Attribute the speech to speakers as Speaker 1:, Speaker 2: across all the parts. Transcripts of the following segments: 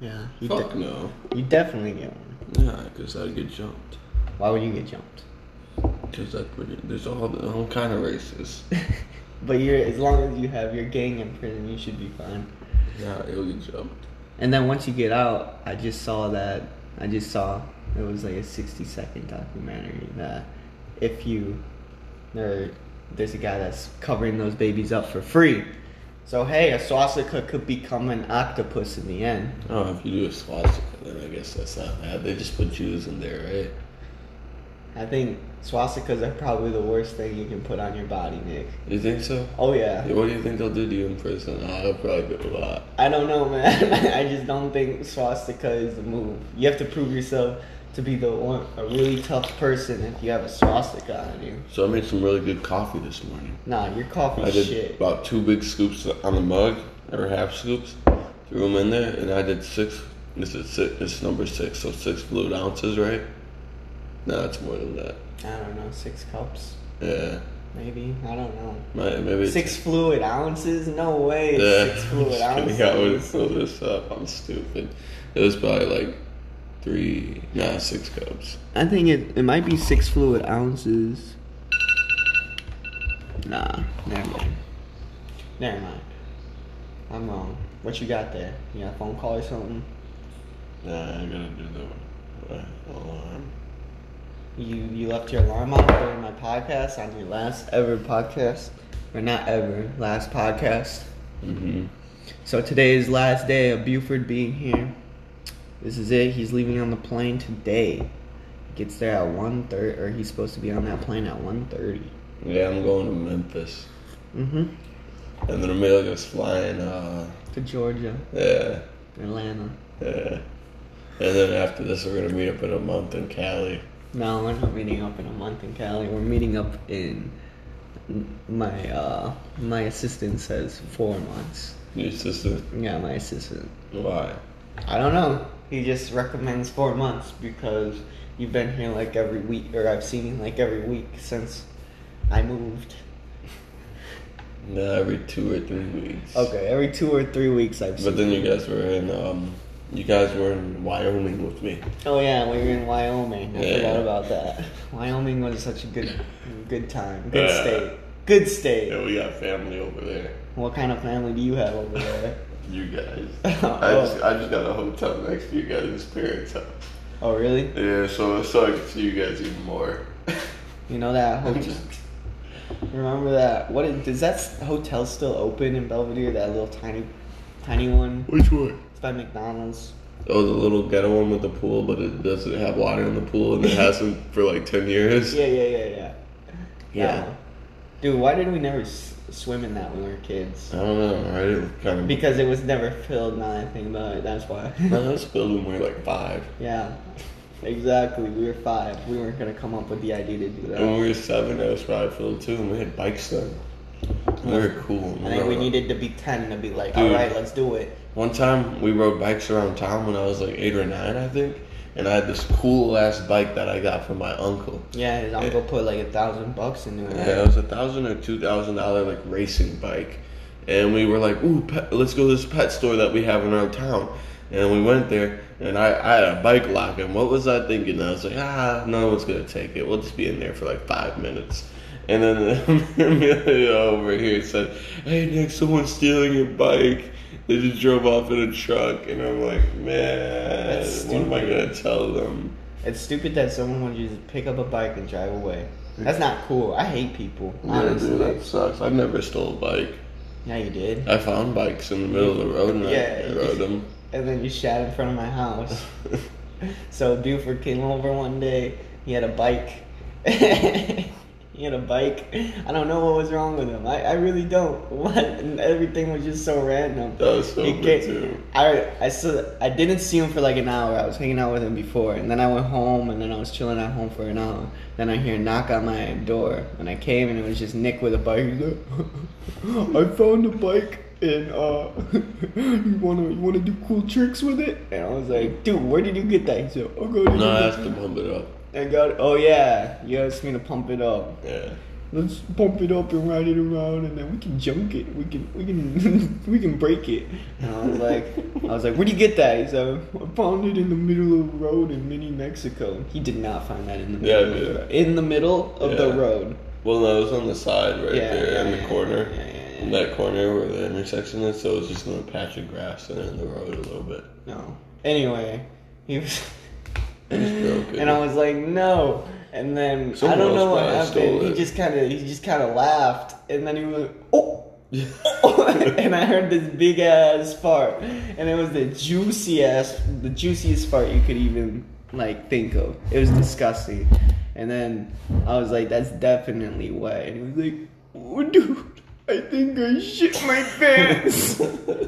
Speaker 1: Yeah. You,
Speaker 2: Fuck
Speaker 1: de-
Speaker 2: no.
Speaker 1: you definitely get one.
Speaker 2: Yeah, because I'd get jumped.
Speaker 1: Why would you get jumped?
Speaker 2: Because that's what it, there's all all kind of races.
Speaker 1: But you're as long as you have your gang in prison, you should be fine.
Speaker 2: yeah, it'll get jumped.
Speaker 1: And then once you get out, I just saw that I just saw it was like a sixty second documentary that if you there there's a guy that's covering those babies up for free. So hey, a swastika could become an octopus in the end.
Speaker 2: Oh, if you do a swastika, then I guess that's not bad. They just put Jews in there, right?
Speaker 1: I think swastikas are probably the worst thing you can put on your body, Nick.
Speaker 2: You think so?
Speaker 1: Oh yeah.
Speaker 2: What do you think they'll do to you in prison? Oh, I'll probably do a lot.
Speaker 1: I don't know, man. I just don't think swastika is the move. You have to prove yourself to be the one, a really tough person if you have a swastika on you.
Speaker 2: So I made some really good coffee this morning.
Speaker 1: Nah, your coffee
Speaker 2: I did
Speaker 1: shit.
Speaker 2: about two big scoops on the mug, or half scoops. Threw them in there, and I did six. This is six. This is number six, so six fluid ounces, right? No, it's more than that.
Speaker 1: I don't know, six cups,
Speaker 2: Yeah,
Speaker 1: maybe. I don't know.
Speaker 2: my, maybe it's,
Speaker 1: Six fluid ounces? No way.
Speaker 2: Yeah,
Speaker 1: Six fluid
Speaker 2: I'm just kidding. I would
Speaker 1: ounces.
Speaker 2: fill this up. I'm stupid. It was probably like three, nah, six cups.
Speaker 1: I think it, it might be six fluid ounces. Nah, never mind. Never mind. I'm wrong. What you got there? You got a phone call or something?
Speaker 2: Nah, I gotta do the uh, alarm.
Speaker 1: You you left your alarm on during my podcast on your last ever podcast, or not ever last podcast.
Speaker 2: Mm-hmm.
Speaker 1: So today is last day of Buford being here. This is it. He's leaving on the plane today. Gets there at one thirty, or he's supposed to be on that plane at one thirty.
Speaker 2: Yeah, I'm going to Memphis,
Speaker 1: Mm-hmm.
Speaker 2: and then Amelia's flying. Uh,
Speaker 1: To Georgia,
Speaker 2: yeah.
Speaker 1: Atlanta,
Speaker 2: Yeah. And then after this, we're gonna meet up in a month in Cali.
Speaker 1: No, we're not meeting up in a month in Cali. We're meeting up in my uh my assistant says four months.
Speaker 2: Your sister?
Speaker 1: Yeah, my assistant.
Speaker 2: Why?
Speaker 1: I don't know. He just recommends four months because you've been here like every week, or I've seen you like every week since I moved.
Speaker 2: No, every two or three weeks.
Speaker 1: Okay, every two or three weeks I've seen.
Speaker 2: But then you guys were in um, you guys were in Wyoming with me.
Speaker 1: oh yeah, we were in Wyoming. I
Speaker 2: Yeah.
Speaker 1: forgot about that. Wyoming was such a good, good time, good
Speaker 2: Yeah.
Speaker 1: state, good state.
Speaker 2: Yeah, we got family over there.
Speaker 1: What kind of family do you have over there?
Speaker 2: You guys.
Speaker 1: Oh.
Speaker 2: I just I just got a hotel next to you guys' parents' house.
Speaker 1: oh really?
Speaker 2: Yeah, so so I can see you guys even more.
Speaker 1: You know that
Speaker 2: I'm
Speaker 1: hotel?
Speaker 2: just
Speaker 1: Remember that? What is, does that s- hotel still open in Belvedere? That little tiny, tiny one.
Speaker 2: Which one?
Speaker 1: It's by McDonald's.
Speaker 2: Oh, the little ghetto one with the pool, but it doesn't have water in the pool, and it hasn't for like ten years.
Speaker 1: Yeah, yeah, yeah, yeah.
Speaker 2: Yeah.
Speaker 1: Um, Dude, why did we never s- swim in that when we were kids?
Speaker 2: I don't know. I didn't kind of
Speaker 1: Because it was never filled, not anything, but that's why.
Speaker 2: No, that's built when we were like five.
Speaker 1: yeah, exactly. We were five. We weren't gonna come up with the idea to do
Speaker 2: And
Speaker 1: that.
Speaker 2: when we were seven, that was probably filled too, and we had bikes then. We were cool.
Speaker 1: I think we
Speaker 2: rode-
Speaker 1: needed to be ten to be like,
Speaker 2: Dude.
Speaker 1: all right, let's do it.
Speaker 2: One time, we rode bikes around town when I was like eight or nine, I think. And I had this cool ass bike that I got from my uncle.
Speaker 1: Yeah, his uncle put like a thousand bucks into it.
Speaker 2: Yeah, it was a thousand or two thousand dollar like racing bike, and we were like, "Ooh, pet, let's go to this pet store that we have in our town." And we went there, and I, I had a bike lock, and what was I thinking? I was like, "Ah, no one's gonna take it. We'll just be in there for like five minutes." And then Amelia over here said, "Hey, Nick, someone's stealing your bike." They just drove off in a truck, and I'm like, "Man,
Speaker 1: That's
Speaker 2: what am I
Speaker 1: stupid.
Speaker 2: gonna tell them?"
Speaker 1: It's stupid that someone would just pick up a bike and drive away. That's not cool. I hate people,
Speaker 2: Yeah, dude,
Speaker 1: honestly.
Speaker 2: that sucks. I've never stole a bike.
Speaker 1: Yeah, you did.
Speaker 2: I found bikes in the middle of the road and
Speaker 1: Yeah.
Speaker 2: I rode them.
Speaker 1: And then you shat in front of my house. so Buford came over one day. He had a bike. he had a bike. I don't know what was wrong with him. I, I really don't. What? And everything was just so random.
Speaker 2: That was so
Speaker 1: He
Speaker 2: good
Speaker 1: ca-
Speaker 2: too.
Speaker 1: I I saw, I didn't see him for like an hour. I was hanging out with him before, and then I went home, and then I was chilling at home for an hour. Then I hear a knock on my door, and I came, and it was just Nick with a bike. He's like, I found a bike, and uh, you wanna you wanna do cool tricks with it? And I was like, Dude, where did you get that? He said, I'll go to.
Speaker 2: No, I
Speaker 1: your-
Speaker 2: asked to pump it up.
Speaker 1: I got. Oh yeah, you asked me to pump it up.
Speaker 2: Yeah.
Speaker 1: Let's pump it up and ride it around, and then we can junk it. We can we can we can break it. And I was like, I was like, where do you get that? He's like, I found it in the middle of the road in Mini Mexico. He did not find that in the
Speaker 2: Yeah, I
Speaker 1: middle of the
Speaker 2: did.
Speaker 1: road. in the middle of the
Speaker 2: Yeah.
Speaker 1: road.
Speaker 2: Well, no, it was on the side right
Speaker 1: Yeah,
Speaker 2: there
Speaker 1: yeah,
Speaker 2: in
Speaker 1: yeah,
Speaker 2: the corner.
Speaker 1: yeah, yeah, yeah.
Speaker 2: In that corner where the intersection is, so it was just in a patch of grass and in the road a little bit.
Speaker 1: No. Anyway, he was.
Speaker 2: He's broken.
Speaker 1: and I was like, no. And then
Speaker 2: Someone
Speaker 1: I don't know
Speaker 2: else
Speaker 1: what
Speaker 2: probably stole
Speaker 1: happened. He
Speaker 2: it.
Speaker 1: just kind of he just kind of laughed, and then he was oh. and I heard this big ass fart, and it was the juicy ass, the juiciest fart you could even like think of. It was disgusting, and then I was like, "That's definitely wet." And he was like, "Oh, dude, I think I shit my pants."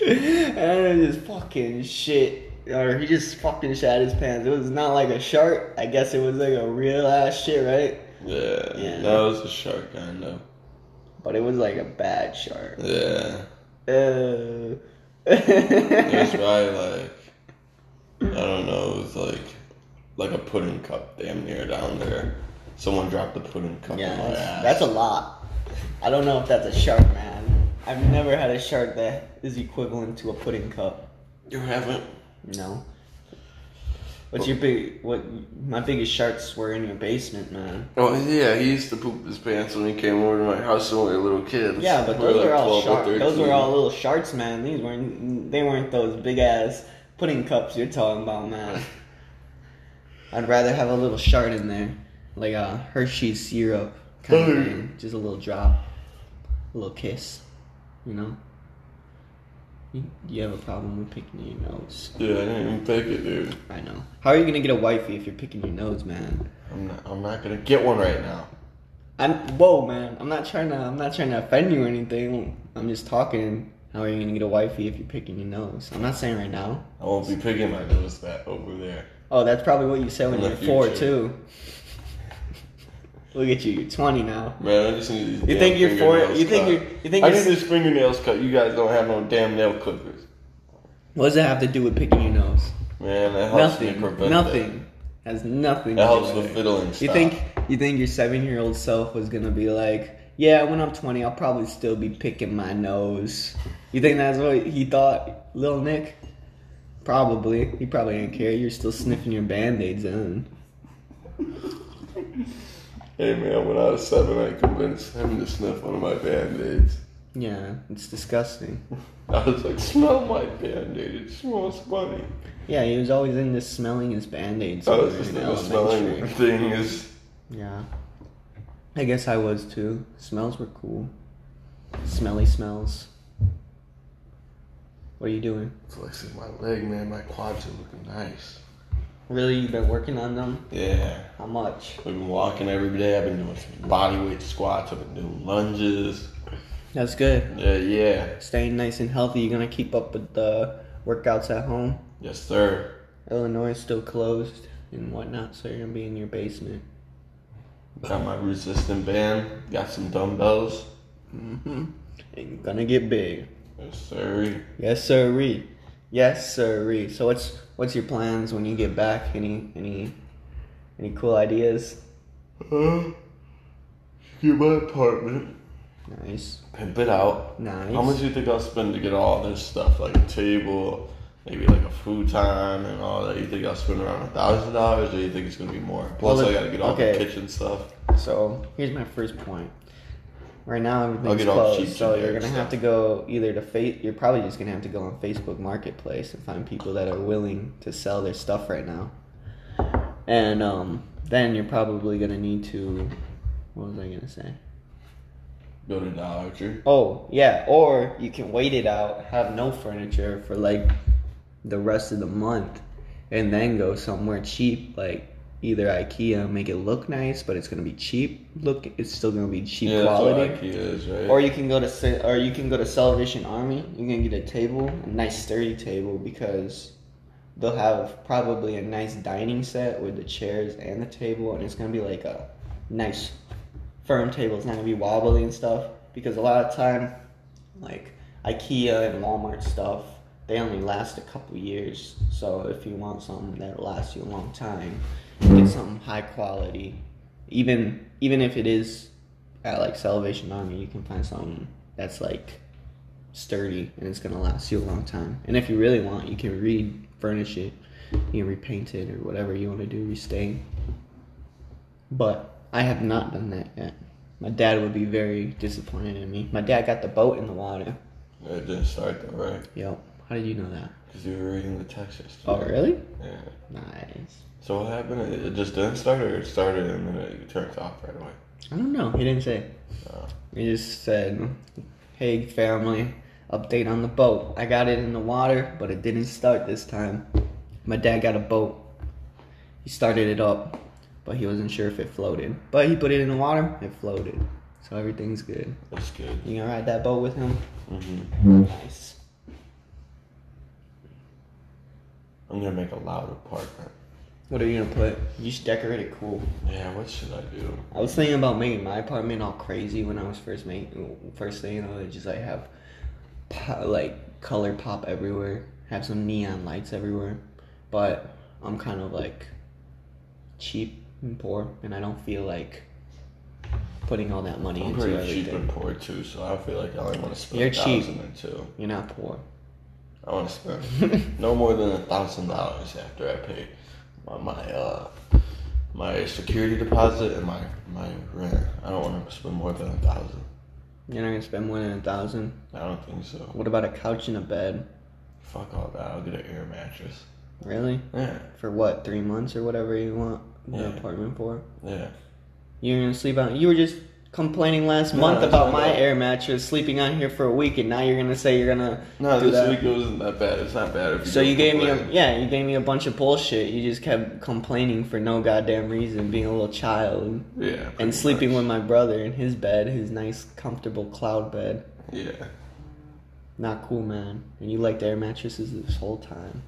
Speaker 1: and I just fucking shit. Or he just fucking shat his pants. It was not like a shark. I guess it was like a real ass shit, right?
Speaker 2: yeah,
Speaker 1: Yeah.
Speaker 2: that was a shark, I know.
Speaker 1: But it was like a bad shark.
Speaker 2: Yeah,
Speaker 1: Uh.
Speaker 2: it was probably like I don't know, it was like like a pudding cup damn near down there. Someone dropped the pudding cup
Speaker 1: Yeah,
Speaker 2: in my
Speaker 1: that's,
Speaker 2: ass.
Speaker 1: that's a lot. I don't know if that's a shark, man. I've never had a shark that is equivalent to a pudding cup.
Speaker 2: you haven't.
Speaker 1: No. What's your big? What my biggest sharks were in your basement, man.
Speaker 2: Oh yeah, he used to poop his pants when he came over to my house when we were little kids.
Speaker 1: Yeah, but
Speaker 2: We were
Speaker 1: those
Speaker 2: like
Speaker 1: are all
Speaker 2: 12 or
Speaker 1: sharks. Those were
Speaker 2: 13.
Speaker 1: all little sharks, man. These weren't. They weren't those big ass pudding cups you're talking about, man. I'd rather have a little shark in there, like a Hershey's syrup kind of thing, just a little drop, a little kiss, you know. You, you have a problem with picking your nose.
Speaker 2: Dude, I didn't even pick it, dude.
Speaker 1: I know. How are you gonna get a wifey if you're picking your nose, man?
Speaker 2: I'm not. I'm not gonna get one right now.
Speaker 1: I'm whoa, man. I'm not trying to. I'm not trying to offend you or anything. I'm just talking. How are you gonna get a wifey if you're picking your nose? I'm not saying right now.
Speaker 2: I won't be picking my nose that over there.
Speaker 1: Oh, that's probably what you said when
Speaker 2: In
Speaker 1: you
Speaker 2: the
Speaker 1: were four
Speaker 2: future.
Speaker 1: too. Look at you. You're 20 now.
Speaker 2: Man, I just need these.
Speaker 1: You
Speaker 2: damn
Speaker 1: think you're four?
Speaker 2: fingernails
Speaker 1: You think
Speaker 2: cut.
Speaker 1: you're? You think
Speaker 2: I
Speaker 1: you're?
Speaker 2: need this fingernails cut. You guys don't have no damn nail clippers.
Speaker 1: What does that have to do with picking your nose?
Speaker 2: Man, that helps me
Speaker 1: Nothing.
Speaker 2: prevent
Speaker 1: Nothing. Has nothing.
Speaker 2: That, that helps
Speaker 1: to do
Speaker 2: the
Speaker 1: with it.
Speaker 2: fiddling
Speaker 1: You
Speaker 2: stop.
Speaker 1: think you think your seven year old self was gonna be like, yeah, when I'm 20, I'll probably still be picking my nose. You think that's what he thought, little Nick? Probably. He probably didn't care. You're still sniffing your band aids in.
Speaker 2: Hey man, when I was seven, I convinced him to sniff one of my band aids.
Speaker 1: Yeah, it's disgusting.
Speaker 2: I was like, "Smell my band aid. It smells funny."
Speaker 1: Yeah, he was always into smelling his band aids.
Speaker 2: I was Oh, just in the smelling thing is.
Speaker 1: Yeah. I guess I was too. Smells were cool. Smelly smells. What are you doing?
Speaker 2: Flexing my leg, man. My quads are looking nice.
Speaker 1: Really, you've been working on them?
Speaker 2: Yeah.
Speaker 1: How much?
Speaker 2: I've been walking every day. I've been doing some body weight squats. I've been doing lunges.
Speaker 1: That's good.
Speaker 2: Yeah, yeah.
Speaker 1: Staying nice and healthy. You're gonna keep up with the workouts at home.
Speaker 2: Yes, sir.
Speaker 1: Illinois is still closed and whatnot, so you're gonna be in your basement.
Speaker 2: Got my resistant band. Got some dumbbells.
Speaker 1: Mm-hmm. And you're gonna get big.
Speaker 2: Yes, sir.
Speaker 1: Yes, sirree. Yes, sirree. So what's what's your plans when you get back? Any any any cool ideas?
Speaker 2: Uh, get my apartment.
Speaker 1: Nice,
Speaker 2: Pimp it out.
Speaker 1: nice.
Speaker 2: How much do you think I'll spend to get all this stuff, like a table, maybe like a futon and all that? You think I'll spend around a thousand dollars, or you think it's gonna be more? Plus,
Speaker 1: Well,
Speaker 2: I gotta get all
Speaker 1: okay.
Speaker 2: the kitchen stuff.
Speaker 1: So here's my first point. Right now
Speaker 2: I'll
Speaker 1: everything's
Speaker 2: get all
Speaker 1: closed,
Speaker 2: cheap
Speaker 1: so
Speaker 2: generic
Speaker 1: you're gonna have
Speaker 2: stuff.
Speaker 1: to go either to fa You're probably just gonna have to go on Facebook Marketplace and find people that are willing to sell their stuff right now. And um, then you're probably gonna need to. What was I gonna say?
Speaker 2: Go to Dollar Tree.
Speaker 1: Oh yeah, or you can wait it out, have no furniture for like the rest of the month, and then go somewhere cheap like. Either IKEA make it look nice, but it's gonna be cheap. Look, it's still gonna be cheap
Speaker 2: Yeah, that's
Speaker 1: quality.
Speaker 2: what IKEA is, right?
Speaker 1: Or you can go to Sa- or you can go to Salvation Army. You can get a table, a nice sturdy table, because they'll have probably a nice dining set with the chairs and the table, and it's gonna be like a nice firm table. It's not gonna be wobbly and stuff. Because a lot of time, like IKEA and Walmart stuff, they only last a couple years. So if you want something that lasts you a long time, get something high quality. Even even if it is at like Salvation Army, you can find something that's like sturdy and it's gonna last you a long time. And if you really want, you can refurnish it, you can repaint it or whatever you want to do, restain. But I have not done that yet. My dad would be very disappointed in me. My dad got the boat in the water.
Speaker 2: It didn't start though, right?
Speaker 1: Yo, how did you know that?
Speaker 2: Because you were reading the text yesterday.
Speaker 1: Oh, really?
Speaker 2: Yeah.
Speaker 1: Nice.
Speaker 2: So what happened? It it just didn't start, or it started and then it turns off right away.
Speaker 1: I don't know. He didn't say.
Speaker 2: Oh.
Speaker 1: He just said, "Hey family, update on the boat. I got it in the water, but it didn't start this time. My dad got a boat. He started it up, but he wasn't sure if it floated. But he put it in the water. It floated. So everything's good.
Speaker 2: That's good.
Speaker 1: You gonna ride that boat with him?
Speaker 2: hmm
Speaker 1: Nice.
Speaker 2: I'm gonna make a loud apartment.
Speaker 1: What are you gonna put? You should decorate it cool.
Speaker 2: Yeah. What should I do?
Speaker 1: I was thinking about making my apartment all crazy when I was first making. First thing you know, it just like have, po- like color pop everywhere, have some neon lights everywhere, but I'm kind of like cheap and poor, and I don't feel like putting all that money
Speaker 2: I'm
Speaker 1: into
Speaker 2: pretty
Speaker 1: everything.
Speaker 2: cheap and poor too, so I feel like I only want to spend
Speaker 1: You're
Speaker 2: a
Speaker 1: cheap.
Speaker 2: thousand or two.
Speaker 1: You're not poor.
Speaker 2: I want to spend no more than a thousand dollars after I pay my my uh my security deposit and my my rent. I don't want to spend more than a thousand.
Speaker 1: You're not gonna spend more than a thousand.
Speaker 2: I don't think so.
Speaker 1: What about a couch and a bed?
Speaker 2: Fuck all that. I'll get an air mattress.
Speaker 1: Really?
Speaker 2: Yeah,
Speaker 1: For what? Three months or whatever you want the
Speaker 2: Yeah.
Speaker 1: apartment for?
Speaker 2: yeah.
Speaker 1: You're gonna sleep out. You were just complaining last
Speaker 2: No,
Speaker 1: month
Speaker 2: that's
Speaker 1: about
Speaker 2: not
Speaker 1: my
Speaker 2: it.
Speaker 1: air mattress, sleeping out here for a week, and now you're gonna say you're gonna
Speaker 2: No,
Speaker 1: do
Speaker 2: this
Speaker 1: that.
Speaker 2: week it wasn't that bad. It's not bad. If
Speaker 1: So
Speaker 2: don't
Speaker 1: you gave me a
Speaker 2: complain.
Speaker 1: yeah, you gave me a bunch of bullshit. You just kept complaining for no goddamn reason, being a little child
Speaker 2: yeah, pretty
Speaker 1: and sleeping
Speaker 2: much.
Speaker 1: with my brother in his bed, his nice comfortable cloud bed.
Speaker 2: yeah.
Speaker 1: Not cool, man. And you liked air mattresses this whole time.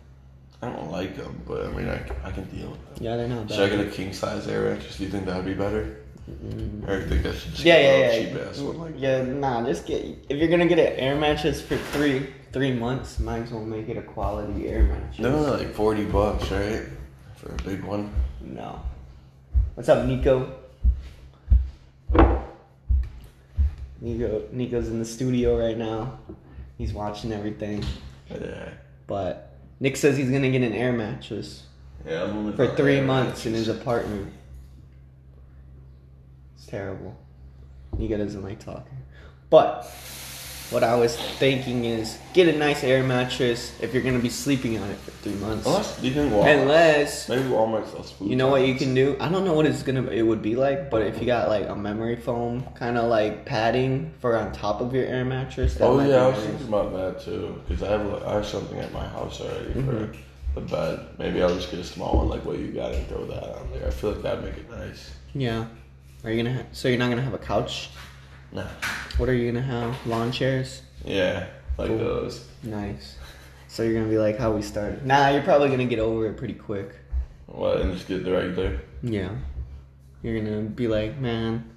Speaker 2: I don't like them, but I mean I, I can deal with them.
Speaker 1: Yeah, they're not
Speaker 2: Should I get
Speaker 1: bad.
Speaker 2: a king size air mattress? Do you think that would be better?
Speaker 1: Mm.
Speaker 2: Or do you think I should just
Speaker 1: Yeah,
Speaker 2: get
Speaker 1: yeah,
Speaker 2: a
Speaker 1: yeah.
Speaker 2: cheap ass one like
Speaker 1: Yeah, nah, just get if you're gonna get an air mattress for three three months, might as well make it a quality air mattress.
Speaker 2: They're only like 40 bucks, right? For a big one.
Speaker 1: No. What's up, Nico? Nico Nico's in the studio right now. He's watching everything.
Speaker 2: Yeah.
Speaker 1: But Nick says he's gonna get an air mattress
Speaker 2: Yeah, I'm only
Speaker 1: for
Speaker 2: buying
Speaker 1: three
Speaker 2: Oh, air
Speaker 1: months in his
Speaker 2: mattresses.
Speaker 1: apartment. It's terrible. Nico doesn't like talking. But what I was thinking is get a nice air mattress if you're gonna be sleeping on it for three months.
Speaker 2: Unless you can walk.
Speaker 1: Unless
Speaker 2: Maybe Walmart sells food.
Speaker 1: you know what you
Speaker 2: pallets.
Speaker 1: can do? I don't know what it's gonna it would be like, but if you got like a memory foam kind of like padding for on top of your air mattress, that
Speaker 2: Oh
Speaker 1: might
Speaker 2: yeah, I
Speaker 1: be
Speaker 2: was thinking about that too. Cause I have I have something at my house already for
Speaker 1: Mm-hmm.
Speaker 2: the bed. Maybe I'll just get a small one like what you got and throw that on there. I feel like that'd make it nice.
Speaker 1: Yeah. Are you gonna? Ha- so you're not gonna have a couch?
Speaker 2: Nah.
Speaker 1: What are you gonna have? Lawn chairs?
Speaker 2: Yeah, like those.
Speaker 1: Nice. So you're gonna be like how we started. Nah, you're probably gonna get over it pretty quick.
Speaker 2: What and just get the regular.
Speaker 1: Yeah. You're gonna be like, man,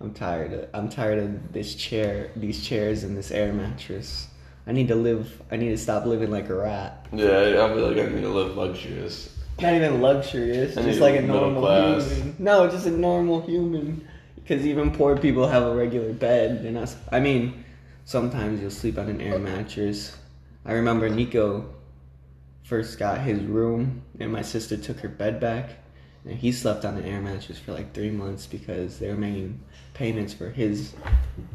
Speaker 1: I'm tired. Of, I'm tired of this chair, these chairs, and this air mattress. I need to live. I need to stop living like a rat.
Speaker 2: Yeah, I I feel like I need to live luxurious.
Speaker 1: Not even luxurious,
Speaker 2: I
Speaker 1: just
Speaker 2: need
Speaker 1: like a
Speaker 2: middle
Speaker 1: normal
Speaker 2: class.
Speaker 1: human. No, just a normal human. Because even poor people have a regular bed. They're not. I mean, sometimes you'll sleep on an air mattress. I remember Nico first got his room, and my sister took her bed back, and he slept on an air mattress for like three months because they were making payments for his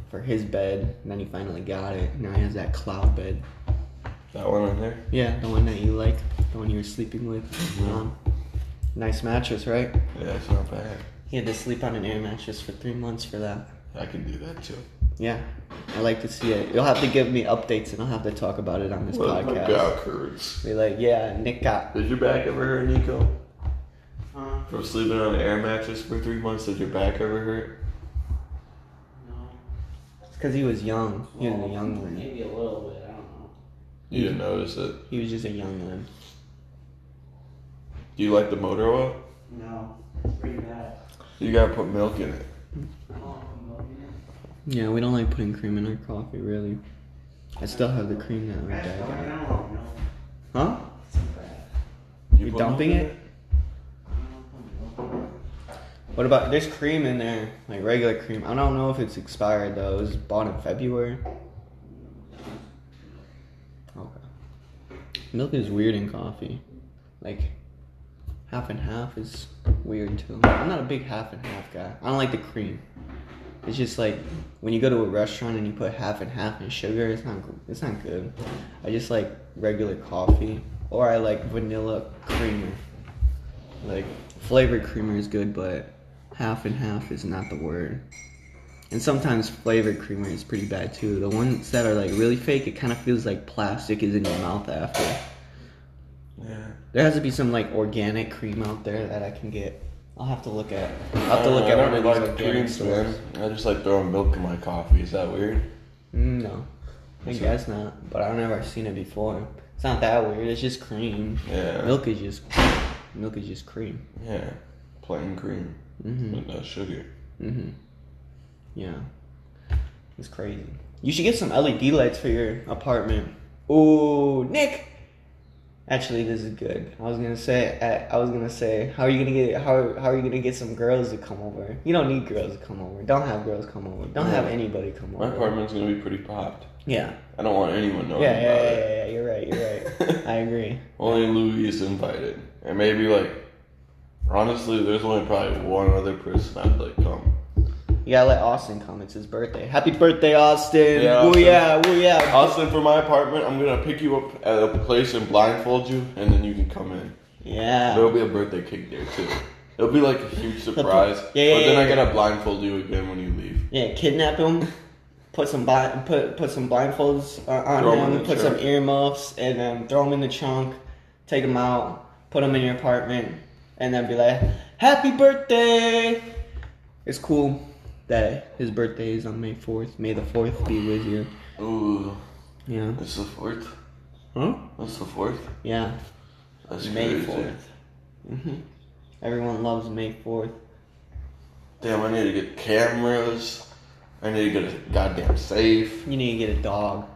Speaker 1: for his bed. And then he finally got it. Now he has that cloud bed.
Speaker 2: That one on there.
Speaker 1: Yeah, the one that you like, the one you were sleeping with. Um, nice mattress, right?
Speaker 2: Yeah, it's not bad.
Speaker 1: He had to sleep on an air mattress for three months for that.
Speaker 2: I can do that too.
Speaker 1: Yeah, I like to see it. You'll have to give me updates, and I'll have to talk about it on this
Speaker 2: Well, my
Speaker 1: podcast.
Speaker 2: God, Kurds.
Speaker 1: Be like, yeah, Nick got.
Speaker 2: Did your back ever hurt, Nico? From sleeping on an air mattress for three months, did your back ever hurt?
Speaker 1: It's because he was young. He was a youngling.
Speaker 3: Maybe a little bit, I don't know.
Speaker 2: You didn't notice it.
Speaker 1: He was just a youngling.
Speaker 2: Do you like the motor oil?
Speaker 3: No, it's pretty bad.
Speaker 2: You gotta put milk in it.
Speaker 3: I don't know if I'm loving it.
Speaker 1: Yeah, we don't like putting cream in our coffee, really. I still have the cream that my dad
Speaker 3: I
Speaker 1: got.
Speaker 3: don't know.
Speaker 1: Huh?
Speaker 3: It's bad.
Speaker 2: put
Speaker 1: You're dumping
Speaker 2: milk in
Speaker 1: it?
Speaker 3: I don't know if I'm loving
Speaker 1: What about there's cream in there, like regular cream. I don't know if it's expired though. It was bought in February. Okay. Milk is weird in coffee. Like half and half is weird too. I'm not a big half and half guy. I don't like the cream. It's just like when you go to a restaurant and you put half and half in sugar, it's not it's not good. I just like regular coffee or I like vanilla creamer. Like flavored creamer is good, but half and half is not the word. And sometimes flavored creamer is pretty bad too. The ones that are like really fake, it kind of feels like plastic is in your mouth after.
Speaker 2: Yeah.
Speaker 1: There has to be some like organic cream out there that I can get. I'll have to look at. I'll
Speaker 2: I
Speaker 1: have to look
Speaker 2: don't
Speaker 1: at
Speaker 2: know,
Speaker 1: one
Speaker 2: Oh, I
Speaker 1: of these
Speaker 2: don't like
Speaker 1: organic
Speaker 2: creams,
Speaker 1: stores.
Speaker 2: man. I just like throwing milk in my coffee. Is that weird?
Speaker 1: Mm, No, I
Speaker 2: That's
Speaker 1: guess not. But I've never seen it before. It's not that weird. It's just cream.
Speaker 2: Yeah.
Speaker 1: Milk is just milk is just cream.
Speaker 2: Yeah. Plain cream
Speaker 1: Mhm.
Speaker 2: with no sugar.
Speaker 1: Mhm. Yeah. It's crazy. You should get some LED lights for your apartment. Ooh, Nick. Actually, this is good. I was gonna say. I, I was gonna say. How are you gonna get? How How are you gonna get some girls to come over? You don't need girls to come over. Don't have girls come over. Don't have
Speaker 2: Yeah.
Speaker 1: anybody come
Speaker 2: My
Speaker 1: over.
Speaker 2: apartment's gonna be pretty popped.
Speaker 1: Yeah.
Speaker 2: I don't want anyone knowing
Speaker 1: Yeah, yeah,
Speaker 2: about
Speaker 1: yeah,
Speaker 2: it.
Speaker 1: yeah, yeah. You're right. You're right. I agree.
Speaker 2: Only Louis is invited, and maybe like, honestly, there's only probably one other person I'd like come.
Speaker 1: You gotta let Austin come. It's his birthday. Happy birthday, Austin.
Speaker 2: Yeah,
Speaker 1: Woo
Speaker 2: Austin.
Speaker 1: yeah, woo yeah.
Speaker 2: Austin, for my apartment, I'm gonna pick you up at a place and blindfold you, and then you can come in.
Speaker 1: Yeah.
Speaker 2: There'll be a birthday cake there too. It'll be like a huge surprise.
Speaker 1: Yeah, yeah,
Speaker 2: but then
Speaker 1: yeah,
Speaker 2: I
Speaker 1: yeah.
Speaker 2: gotta blindfold you again when you leave.
Speaker 1: Yeah, kidnap him. Put some bi- put put some blindfolds uh, on
Speaker 2: Throw him
Speaker 1: him.
Speaker 2: in the
Speaker 1: put some
Speaker 2: trunk.
Speaker 1: earmuffs, and then throw him in the trunk. Take him out. Put him in your apartment, and then be like, "Happy birthday." It's cool that his birthday is on May fourth. May the fourth be with you.
Speaker 2: Ooh,
Speaker 1: Yeah.
Speaker 2: it's the fourth.
Speaker 1: Huh?
Speaker 2: That's the fourth.
Speaker 1: Yeah.
Speaker 2: That's
Speaker 1: May
Speaker 2: crazy.
Speaker 1: fourth. Mhm. Everyone loves May fourth.
Speaker 2: Damn, I need to get cameras. I need to get a goddamn safe.
Speaker 1: You need to get a dog.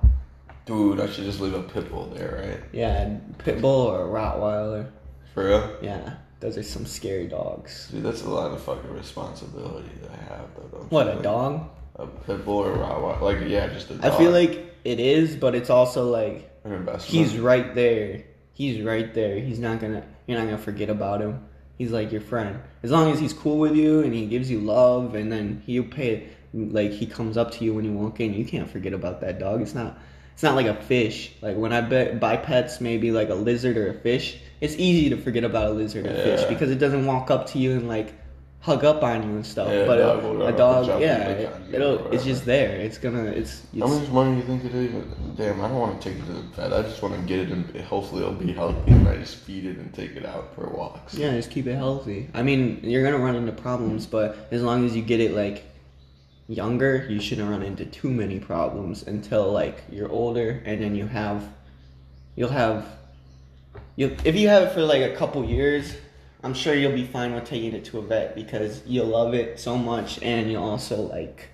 Speaker 2: Dude, I should just leave a pit bull there,
Speaker 1: Yeah, pit bull or Rottweiler.
Speaker 2: right? For real?
Speaker 1: Yeah, those are some scary dogs.
Speaker 2: Dude, that's a lot of fucking responsibility that I have. Though, don't you
Speaker 1: What a
Speaker 2: think?
Speaker 1: dog!
Speaker 2: A pit bull or a Rottweiler? Like, yeah, just a
Speaker 1: I
Speaker 2: dog.
Speaker 1: feel like it is, but it's also like
Speaker 2: an investment.
Speaker 1: he's right there. He's right there. He's not gonna. You're not gonna forget about him. He's like your friend. As long as he's cool with you and he gives you love, and then he'll pay. Like he comes up to you when you walk in. You can't forget about that dog. It's not. It's not like a fish. Like when I bet buy pets, maybe like a lizard or a fish. It's easy to forget about a lizard or a fish
Speaker 2: Yeah.
Speaker 1: because it doesn't walk up to you and like hug up on you and stuff.
Speaker 2: Yeah,
Speaker 1: but a
Speaker 2: dog will
Speaker 1: a
Speaker 2: run up and
Speaker 1: dog,
Speaker 2: jump
Speaker 1: yeah,
Speaker 2: and lick
Speaker 1: it,
Speaker 2: on you or
Speaker 1: will It's
Speaker 2: whatever.
Speaker 1: just there. It's gonna. It's. it's
Speaker 2: How much money do you think it is? Damn, I don't want to take it to the vet. I just want to get it and hopefully it'll be healthy and I just feed it and take it out for walks.
Speaker 1: Yeah, just keep it healthy. I mean, you're gonna run into problems, but as long as you get it like younger, you shouldn't run into too many problems until like you're older, and then you have, you'll have, you if you have it for like a couple years, I'm sure you'll be fine with taking it to a vet because you'll love it so much, and you'll also like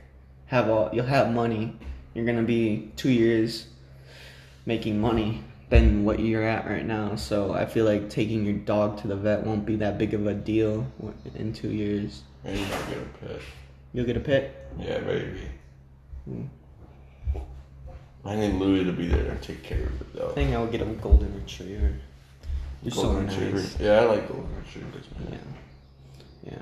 Speaker 1: have all you'll have money. You're gonna be two years making money than what you're at right now. So I feel like taking your dog to the vet won't be that big of a deal in two years.
Speaker 2: Maybe I'll get a pet.
Speaker 1: You'll get a pet.
Speaker 2: Yeah, maybe.
Speaker 1: Hmm.
Speaker 2: I need Louis to be there to take care of it
Speaker 1: I
Speaker 2: though.
Speaker 1: think I would get a golden retriever. You're so
Speaker 2: Golden
Speaker 1: nice.
Speaker 2: retriever. Yeah, I like golden retrievers,
Speaker 1: Yeah,
Speaker 2: man.
Speaker 1: yeah.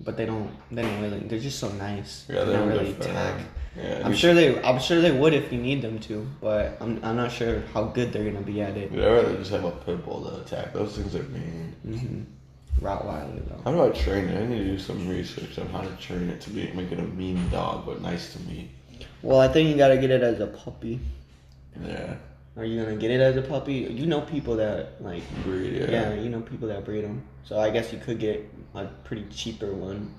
Speaker 1: But they don't. They don't really. They're just so nice.
Speaker 2: Yeah,
Speaker 1: they
Speaker 2: they're
Speaker 1: don't really
Speaker 2: good for
Speaker 1: attack.
Speaker 2: them. Yeah,
Speaker 1: I'm
Speaker 2: you-
Speaker 1: sure they. I'm sure they would if you need them to. But I'm. I'm not sure how good they're gonna be at it.
Speaker 2: I'd rather just have a pit bull to attack. Those things are mean.
Speaker 1: hmm Rottweiler though.
Speaker 2: How do I train it? I need to do some research on how to train it to be make it a mean dog, but nice to me.
Speaker 1: Well, I think you gotta get it as a puppy.
Speaker 2: Yeah,
Speaker 1: Are you gonna get it as a puppy? You know people that like
Speaker 2: breed.
Speaker 1: yeah,
Speaker 2: Yeah,
Speaker 1: you know people that breed them. So I guess you could get a pretty cheaper one.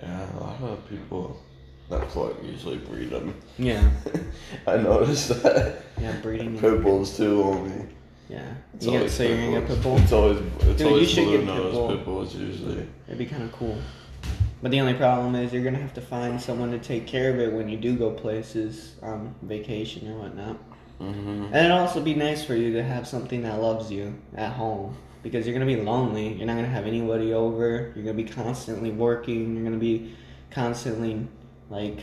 Speaker 2: yeah. A lot of people. That's what usually breed them.
Speaker 1: Yeah,
Speaker 2: I noticed that.
Speaker 1: yeah, breeding.
Speaker 2: Pit bulls too only.
Speaker 1: Yeah,
Speaker 2: It's
Speaker 1: you gonna,
Speaker 2: always
Speaker 1: so you're gonna get
Speaker 2: pit
Speaker 1: pit bull.
Speaker 2: bulls. It's always it's
Speaker 1: Dude, you
Speaker 2: always
Speaker 1: should
Speaker 2: blue
Speaker 1: get pit bull.
Speaker 2: nose pit bulls usually.
Speaker 1: It'd be kind of cool. But the only problem is you're gonna have to find someone to take care of it when you do go places on vacation or whatnot.
Speaker 2: hmm
Speaker 1: And it'd also be nice for you to have something that loves you at home. because you're gonna be lonely. You're not gonna have anybody over. You're gonna be constantly working. You're gonna be constantly like,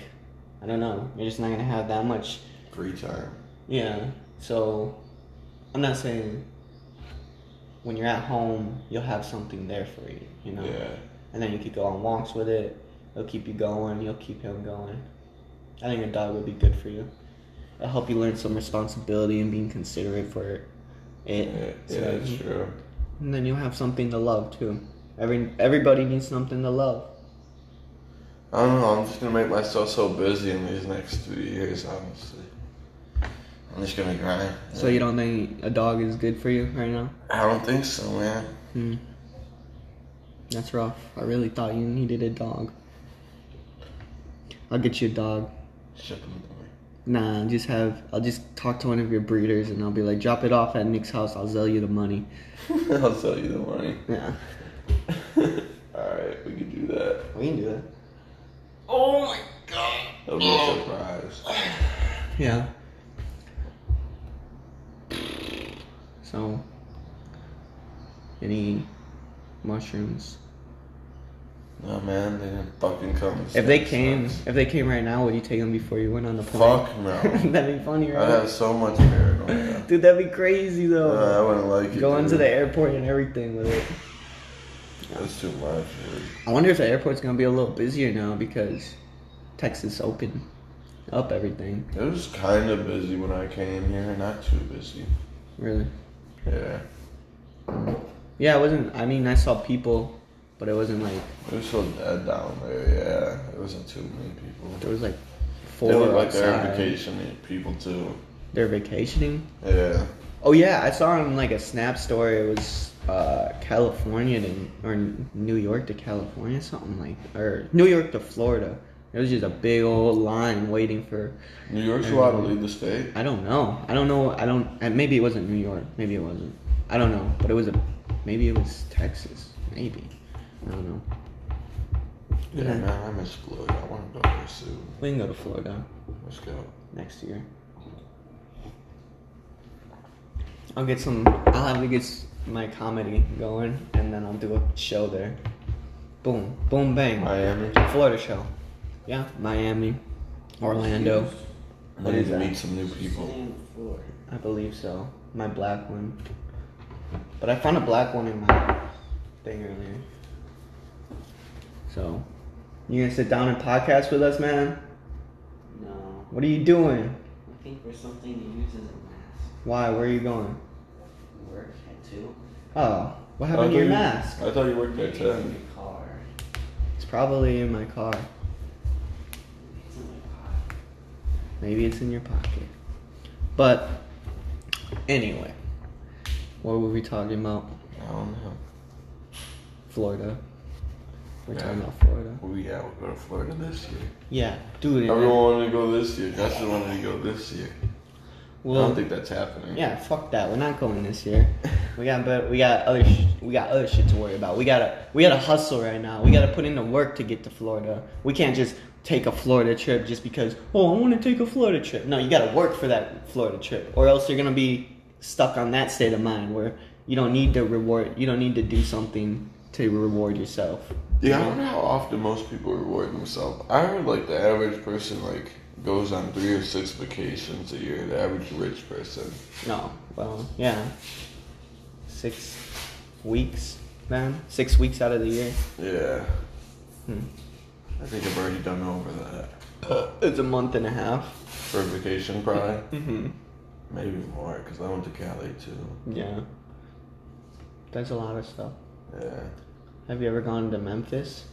Speaker 1: I don't know. You're just not gonna have that much.
Speaker 2: Free time.
Speaker 1: Yeah. So, I'm not saying when you're at home you'll have something there for you. You know.
Speaker 2: Yeah.
Speaker 1: And then you could go on walks with it. It'll keep you going. You'll keep him going. I think a dog would be good for you. It'll help you learn some responsibility and being considerate for it.
Speaker 2: Yeah,
Speaker 1: So-
Speaker 2: yeah that's true.
Speaker 1: and then you'll have something to love too. Every everybody needs something to love.
Speaker 2: I don't know. I'm just gonna make myself so busy in these next three years, honestly. I'm just gonna grind.
Speaker 1: So you don't think a dog is good for you right now?
Speaker 2: I don't think so, man.
Speaker 1: Hmm. That's rough. I really thought you needed a dog. I'll get you a dog.
Speaker 2: Ship them to me.
Speaker 1: Nah, just have I'll just talk to one of your breeders and I'll be like, drop it off at Nick's house. I'll sell you the money.
Speaker 2: I'll sell you the money.
Speaker 1: Yeah,
Speaker 2: Alright, we could do that.
Speaker 1: we can do that.
Speaker 3: Oh my god.
Speaker 2: That'll be a surprise.
Speaker 1: Yeah. So, any mushrooms?
Speaker 2: No, man, they didn't fucking come.
Speaker 1: If they
Speaker 2: Sucks.
Speaker 1: came,
Speaker 2: Sucks.
Speaker 1: if they came right now, would you take them before you went on the plane?
Speaker 2: Fuck no.
Speaker 1: that'd be funny,
Speaker 2: I'd
Speaker 1: right?
Speaker 2: have so much paranoia.
Speaker 1: Dude, that'd be crazy
Speaker 2: Uh, I
Speaker 1: though.
Speaker 2: wouldn't like it.
Speaker 1: Going to
Speaker 2: dude.
Speaker 1: the airport and everything with it.
Speaker 2: That's too much, dude.
Speaker 1: I wonder if the airport's gonna be a little busier now because Texas opened up everything.
Speaker 2: It was kind of busy when I came here, not too busy.
Speaker 1: Really?
Speaker 2: Yeah.
Speaker 1: Yeah, it wasn't. I mean, I saw people, but it wasn't like
Speaker 2: It was so dead down there, yeah. It wasn't too many people.
Speaker 1: there was like four.
Speaker 2: They look like they're on
Speaker 1: outside.
Speaker 2: vacation people, too.
Speaker 1: They're vacationing.
Speaker 2: Yeah.
Speaker 1: Oh yeah, I saw on like a snap story. It was uh, California to or New York to California, something like, or New York to Florida. It was just a big old line waiting for.
Speaker 2: New York's allowed to leave the state?
Speaker 1: I don't know. I don't know. I don't. and Maybe it wasn't New York. Maybe it wasn't. I don't know. But it was a. Maybe it was Texas. Maybe. I don't know. Yeah.
Speaker 2: Yeah, man, I miss Florida. I want to go there soon.
Speaker 1: We can go to Florida
Speaker 2: Let's go.
Speaker 1: next year. I'll get some. I'll have to get s- my comedy going, and then I'll do a show there. Boom, boom, bang.
Speaker 2: Miami.
Speaker 1: Florida show. Yeah, Miami, Orlando.
Speaker 2: I
Speaker 1: What
Speaker 2: need
Speaker 1: is
Speaker 2: to
Speaker 1: that?
Speaker 2: meet some new people.
Speaker 3: Stand for it.
Speaker 1: I believe so. My black one. But I found a black one in my thing earlier. So, you gonna sit down and podcast with us, man?
Speaker 3: No.
Speaker 1: What are you doing?
Speaker 3: I'm looking for something to use as a mask.
Speaker 1: Why? Where are you going?
Speaker 3: Work at two.
Speaker 1: Oh, what
Speaker 2: I
Speaker 1: happened
Speaker 2: thought
Speaker 1: to your
Speaker 2: you-
Speaker 1: mask?
Speaker 2: I thought you worked at
Speaker 3: Maybe it's in
Speaker 2: 10.
Speaker 3: the car.
Speaker 1: It's probably in my car.
Speaker 3: It's in my car.
Speaker 1: Maybe it's in your pocket. But anyway, what were we talking about?
Speaker 2: I don't know.
Speaker 1: Florida. We're talking
Speaker 2: Yeah.
Speaker 1: about Florida.
Speaker 2: Oh, yeah, we'll go to Florida this year.
Speaker 1: Yeah, dude. it-
Speaker 2: Everyone wanted to go this year. Justin wanted to go this year. I
Speaker 1: Well,
Speaker 2: don't think that's happening.
Speaker 1: yeah, fuck that. We're not going this year. We got, but we got other, sh- we got other shit to worry about. We gotta, we gotta hustle right now. We gotta put in the work to get to Florida. We can't just take a Florida trip just because. Oh, I want to take a Florida trip. No, you gotta work for that Florida trip, or else you're gonna be stuck on that state of mind where you don't need to reward. You don't need to do something to reward yourself.
Speaker 2: Yeah, I don't know how often most people reward themselves. I heard like the average person like goes on three or six vacations a year. The average rich person.
Speaker 1: No. Well, yeah. Six weeks, man. Six weeks out of the year.
Speaker 2: Yeah,
Speaker 1: Hmm.
Speaker 2: I think I've already done over that
Speaker 1: It's a month and a half.
Speaker 2: for a vacation, probably
Speaker 1: Mm-hmm.
Speaker 2: maybe more because I went to Cali too.
Speaker 1: Yeah. That's a lot of stuff.
Speaker 2: Yeah,
Speaker 1: Have you ever gone to Memphis?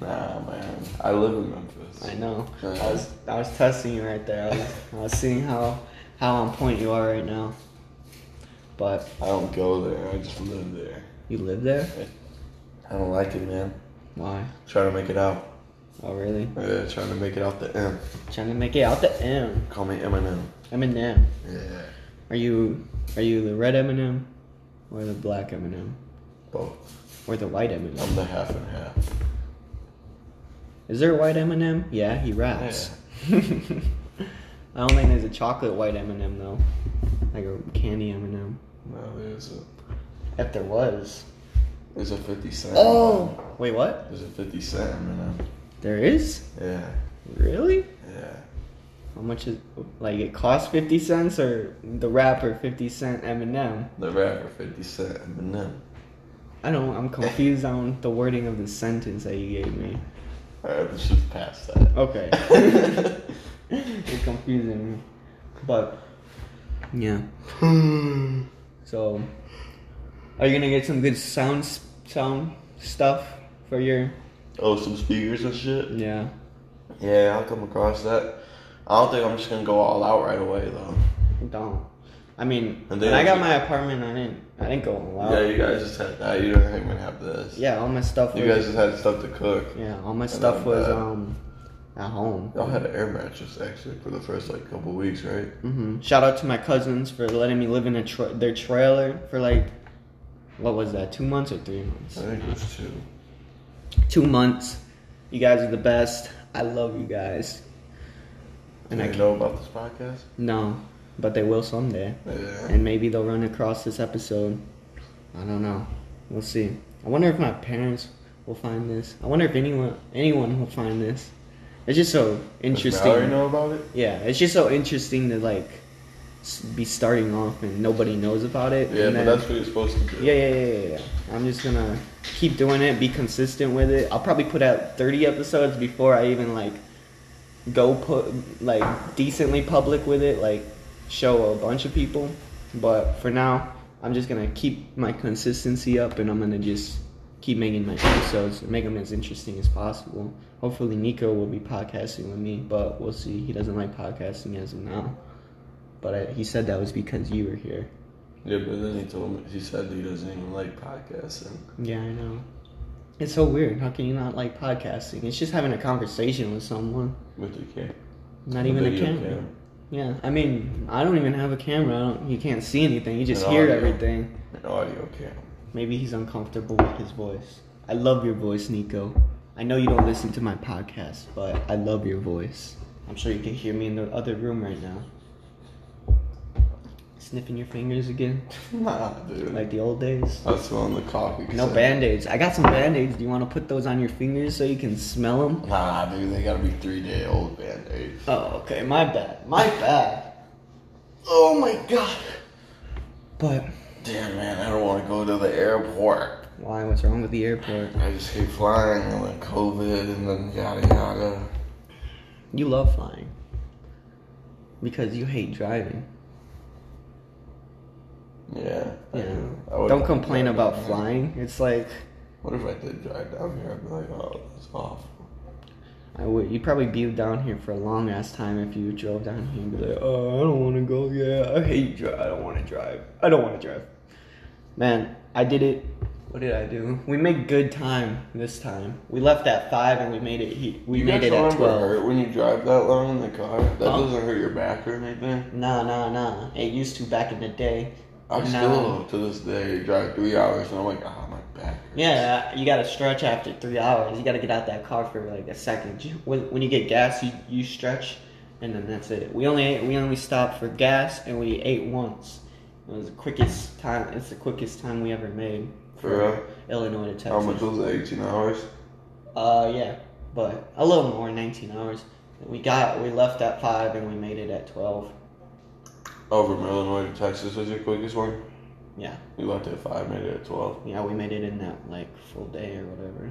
Speaker 2: nah, man, I live in Memphis.
Speaker 1: I know. I
Speaker 2: Yeah.
Speaker 1: was I was testing you right there. I was, I was seeing how how on point you are right now. But
Speaker 2: I don't go there. I just live there.
Speaker 1: you live there?
Speaker 2: I don't like it, man.
Speaker 1: Why?
Speaker 2: Trying to make it out.
Speaker 1: Oh really?
Speaker 2: Yeah, trying to make it out the M.
Speaker 1: Trying to make it out the M.
Speaker 2: Call me Eminem.
Speaker 1: Eminem.
Speaker 2: Yeah,
Speaker 1: Are you are you the red Eminem or the black Eminem
Speaker 2: both.
Speaker 1: or the white Eminem?
Speaker 2: I'm the half and half.
Speaker 1: Is there a white Eminem? Yeah, he raps. I don't think there's a chocolate white Eminem though, like a candy Eminem.
Speaker 2: No, there's a.
Speaker 1: If there was.
Speaker 2: There's a 50 cent.
Speaker 1: Oh. Wait, what?
Speaker 2: There's a 50 cent in it.
Speaker 1: There is?
Speaker 2: Yeah.
Speaker 1: Really?
Speaker 2: Yeah.
Speaker 1: How much is like it costs fifty cents or the rapper fifty cent Eminem?
Speaker 2: The rapper 50 cent Eminem.
Speaker 1: I don't. I'm confused on the wording of the sentence that you gave me.
Speaker 2: Alright, let's just pass that.
Speaker 1: Okay. You're confusing me. But yeah. So are you gonna get some good sound sound stuff for your?
Speaker 2: oh, some speakers and shit?
Speaker 1: Yeah.
Speaker 2: Yeah, I'll come across that. I don't think I'm just gonna go all out right away though.
Speaker 1: Don't. I mean,
Speaker 2: And they
Speaker 1: when I got
Speaker 2: also-
Speaker 1: my apartment, I didn't. I didn't go all out.
Speaker 2: Yeah, you guys just had that. You don't even have this.
Speaker 1: Yeah, all my stuff.
Speaker 2: You
Speaker 1: was-
Speaker 2: guys just had stuff to cook.
Speaker 1: Yeah, all my
Speaker 2: I
Speaker 1: stuff
Speaker 2: love
Speaker 1: was
Speaker 2: that.
Speaker 1: um at home.
Speaker 2: Y'all had an air mattress actually for the first like couple weeks, right?
Speaker 1: hmm Shout out to my cousins for letting me live in a tra- their trailer for like what was that? Two months or three
Speaker 2: I
Speaker 1: months?
Speaker 2: think it was two.
Speaker 1: Two months. You guys are the best. I love you guys.
Speaker 2: And
Speaker 1: And I
Speaker 2: they know about this podcast?
Speaker 1: no, but they will someday,
Speaker 2: Yeah.
Speaker 1: and maybe they'll run across this episode. I don't know. We'll see. I wonder if my parents will find this. I wonder if anyone anyone will find this. It's just so interesting.
Speaker 2: Does Mallory know about it?
Speaker 1: Yeah, it's just so interesting to like s- be starting off and nobody knows about it.
Speaker 2: Yeah,
Speaker 1: and
Speaker 2: but
Speaker 1: then-
Speaker 2: that's what you're supposed to do.
Speaker 1: yeah, yeah, yeah, yeah, yeah. I'm just gonna keep doing it, be consistent with it. I'll probably put out 30 episodes before I even like go put like decently public with it, like show a bunch of people. But for now, I'm just gonna keep my consistency up, and I'm gonna just keep making my episodes and make them as interesting as possible. Hopefully, Nico will be podcasting with me, but we'll see. He doesn't like podcasting as of now. But I, he said that was because you were here.
Speaker 2: Yeah, but then he told me he said he doesn't even like podcasting.
Speaker 1: Yeah, I know. It's so weird. How can you not like podcasting? It's just having a conversation with someone,
Speaker 2: With the camera.
Speaker 1: not even a camera. Yeah, I mean, I don't even have a camera. I don't, you can't see anything. You just
Speaker 2: An
Speaker 1: hear
Speaker 2: audio.
Speaker 1: everything.
Speaker 2: An audio cam.
Speaker 1: Maybe he's uncomfortable with his voice. I love your voice, Nico. I know you don't listen to my podcast, but I love your voice. I'm sure you can hear me in the other room right now. Sniffing your fingers again,
Speaker 2: Nah, dude.
Speaker 1: like the old days.
Speaker 2: I was smelling the coffee.
Speaker 1: No band aids. I got some band aids. Do you want to put those on your fingers so you can smell them?
Speaker 2: Nah, dude, they gotta be three day old band aids.
Speaker 1: Oh, okay. My bad. My bad. Oh my god. But
Speaker 2: Damn, man, I don't want to go to the airport.
Speaker 1: why? What's wrong with the airport?
Speaker 2: I just hate flying and then COVID and then yada yada.
Speaker 1: You love flying because you hate driving.
Speaker 2: Yeah. I
Speaker 1: Yeah.
Speaker 2: do. I would-
Speaker 1: Don't complain about flying. It's like
Speaker 2: What if I did drive down here? I'd be like, oh, that's awful.
Speaker 1: I would. You'd probably be down here for a long ass time if you drove down here and be like, "Oh, I don't want to go. Yeah, I hate drive. I don't want to drive. I don't want to drive." Man, I did it. What did I do? We made good time this time. We left at five and we made it. He, we
Speaker 2: You
Speaker 1: made
Speaker 2: guys
Speaker 1: it
Speaker 2: don't
Speaker 1: at
Speaker 2: ever
Speaker 1: twelve.
Speaker 2: Hurt when you drive that long in the car, that
Speaker 1: Huh?
Speaker 2: doesn't hurt your back or anything.
Speaker 1: Nah, nah, nah. It used to back in the day. um,
Speaker 2: I
Speaker 1: Nah.
Speaker 2: Oh, still to this day drive three hours and I'm like, ah, my back. hurts."
Speaker 1: Yeah, you gotta stretch after three hours. You gotta get out that car for like a second. You- When, when you get gas, you, you stretch, and then that's it. We only ate, we only stopped for gas, and we ate once. It was the quickest time. It's the quickest time we ever made
Speaker 2: For real?
Speaker 1: Illinois to Texas.
Speaker 2: How much was it? 18 hours?
Speaker 1: Uh, yeah, but a little more, 19 hours. We got we left at five, and we made it at 12.
Speaker 2: Oh, from Illinois to Texas was your quickest one?
Speaker 1: Yeah.
Speaker 2: You left at 5, made it at 12.
Speaker 1: Yeah, we made it in that like full day or whatever.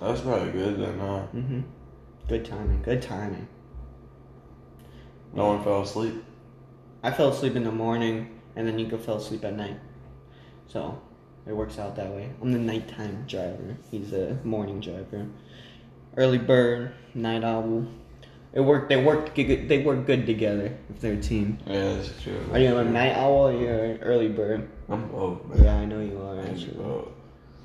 Speaker 2: That's probably good then, huh?
Speaker 1: Mm-hmm. Good timing. Good timing.
Speaker 2: No one fell asleep.
Speaker 1: I fell asleep in the morning, and then Nico fell asleep at night. So it works out that way. I'm the nighttime driver. He's the morning driver. Early bird, night owl. It worked. They worked. Good, they work good together if they're a team.
Speaker 2: Yeah, that's true.
Speaker 1: Are you a night owl or you're an early bird?
Speaker 2: I'm both, man.
Speaker 1: Yeah, I know you are
Speaker 2: I'm
Speaker 1: actually.
Speaker 2: both.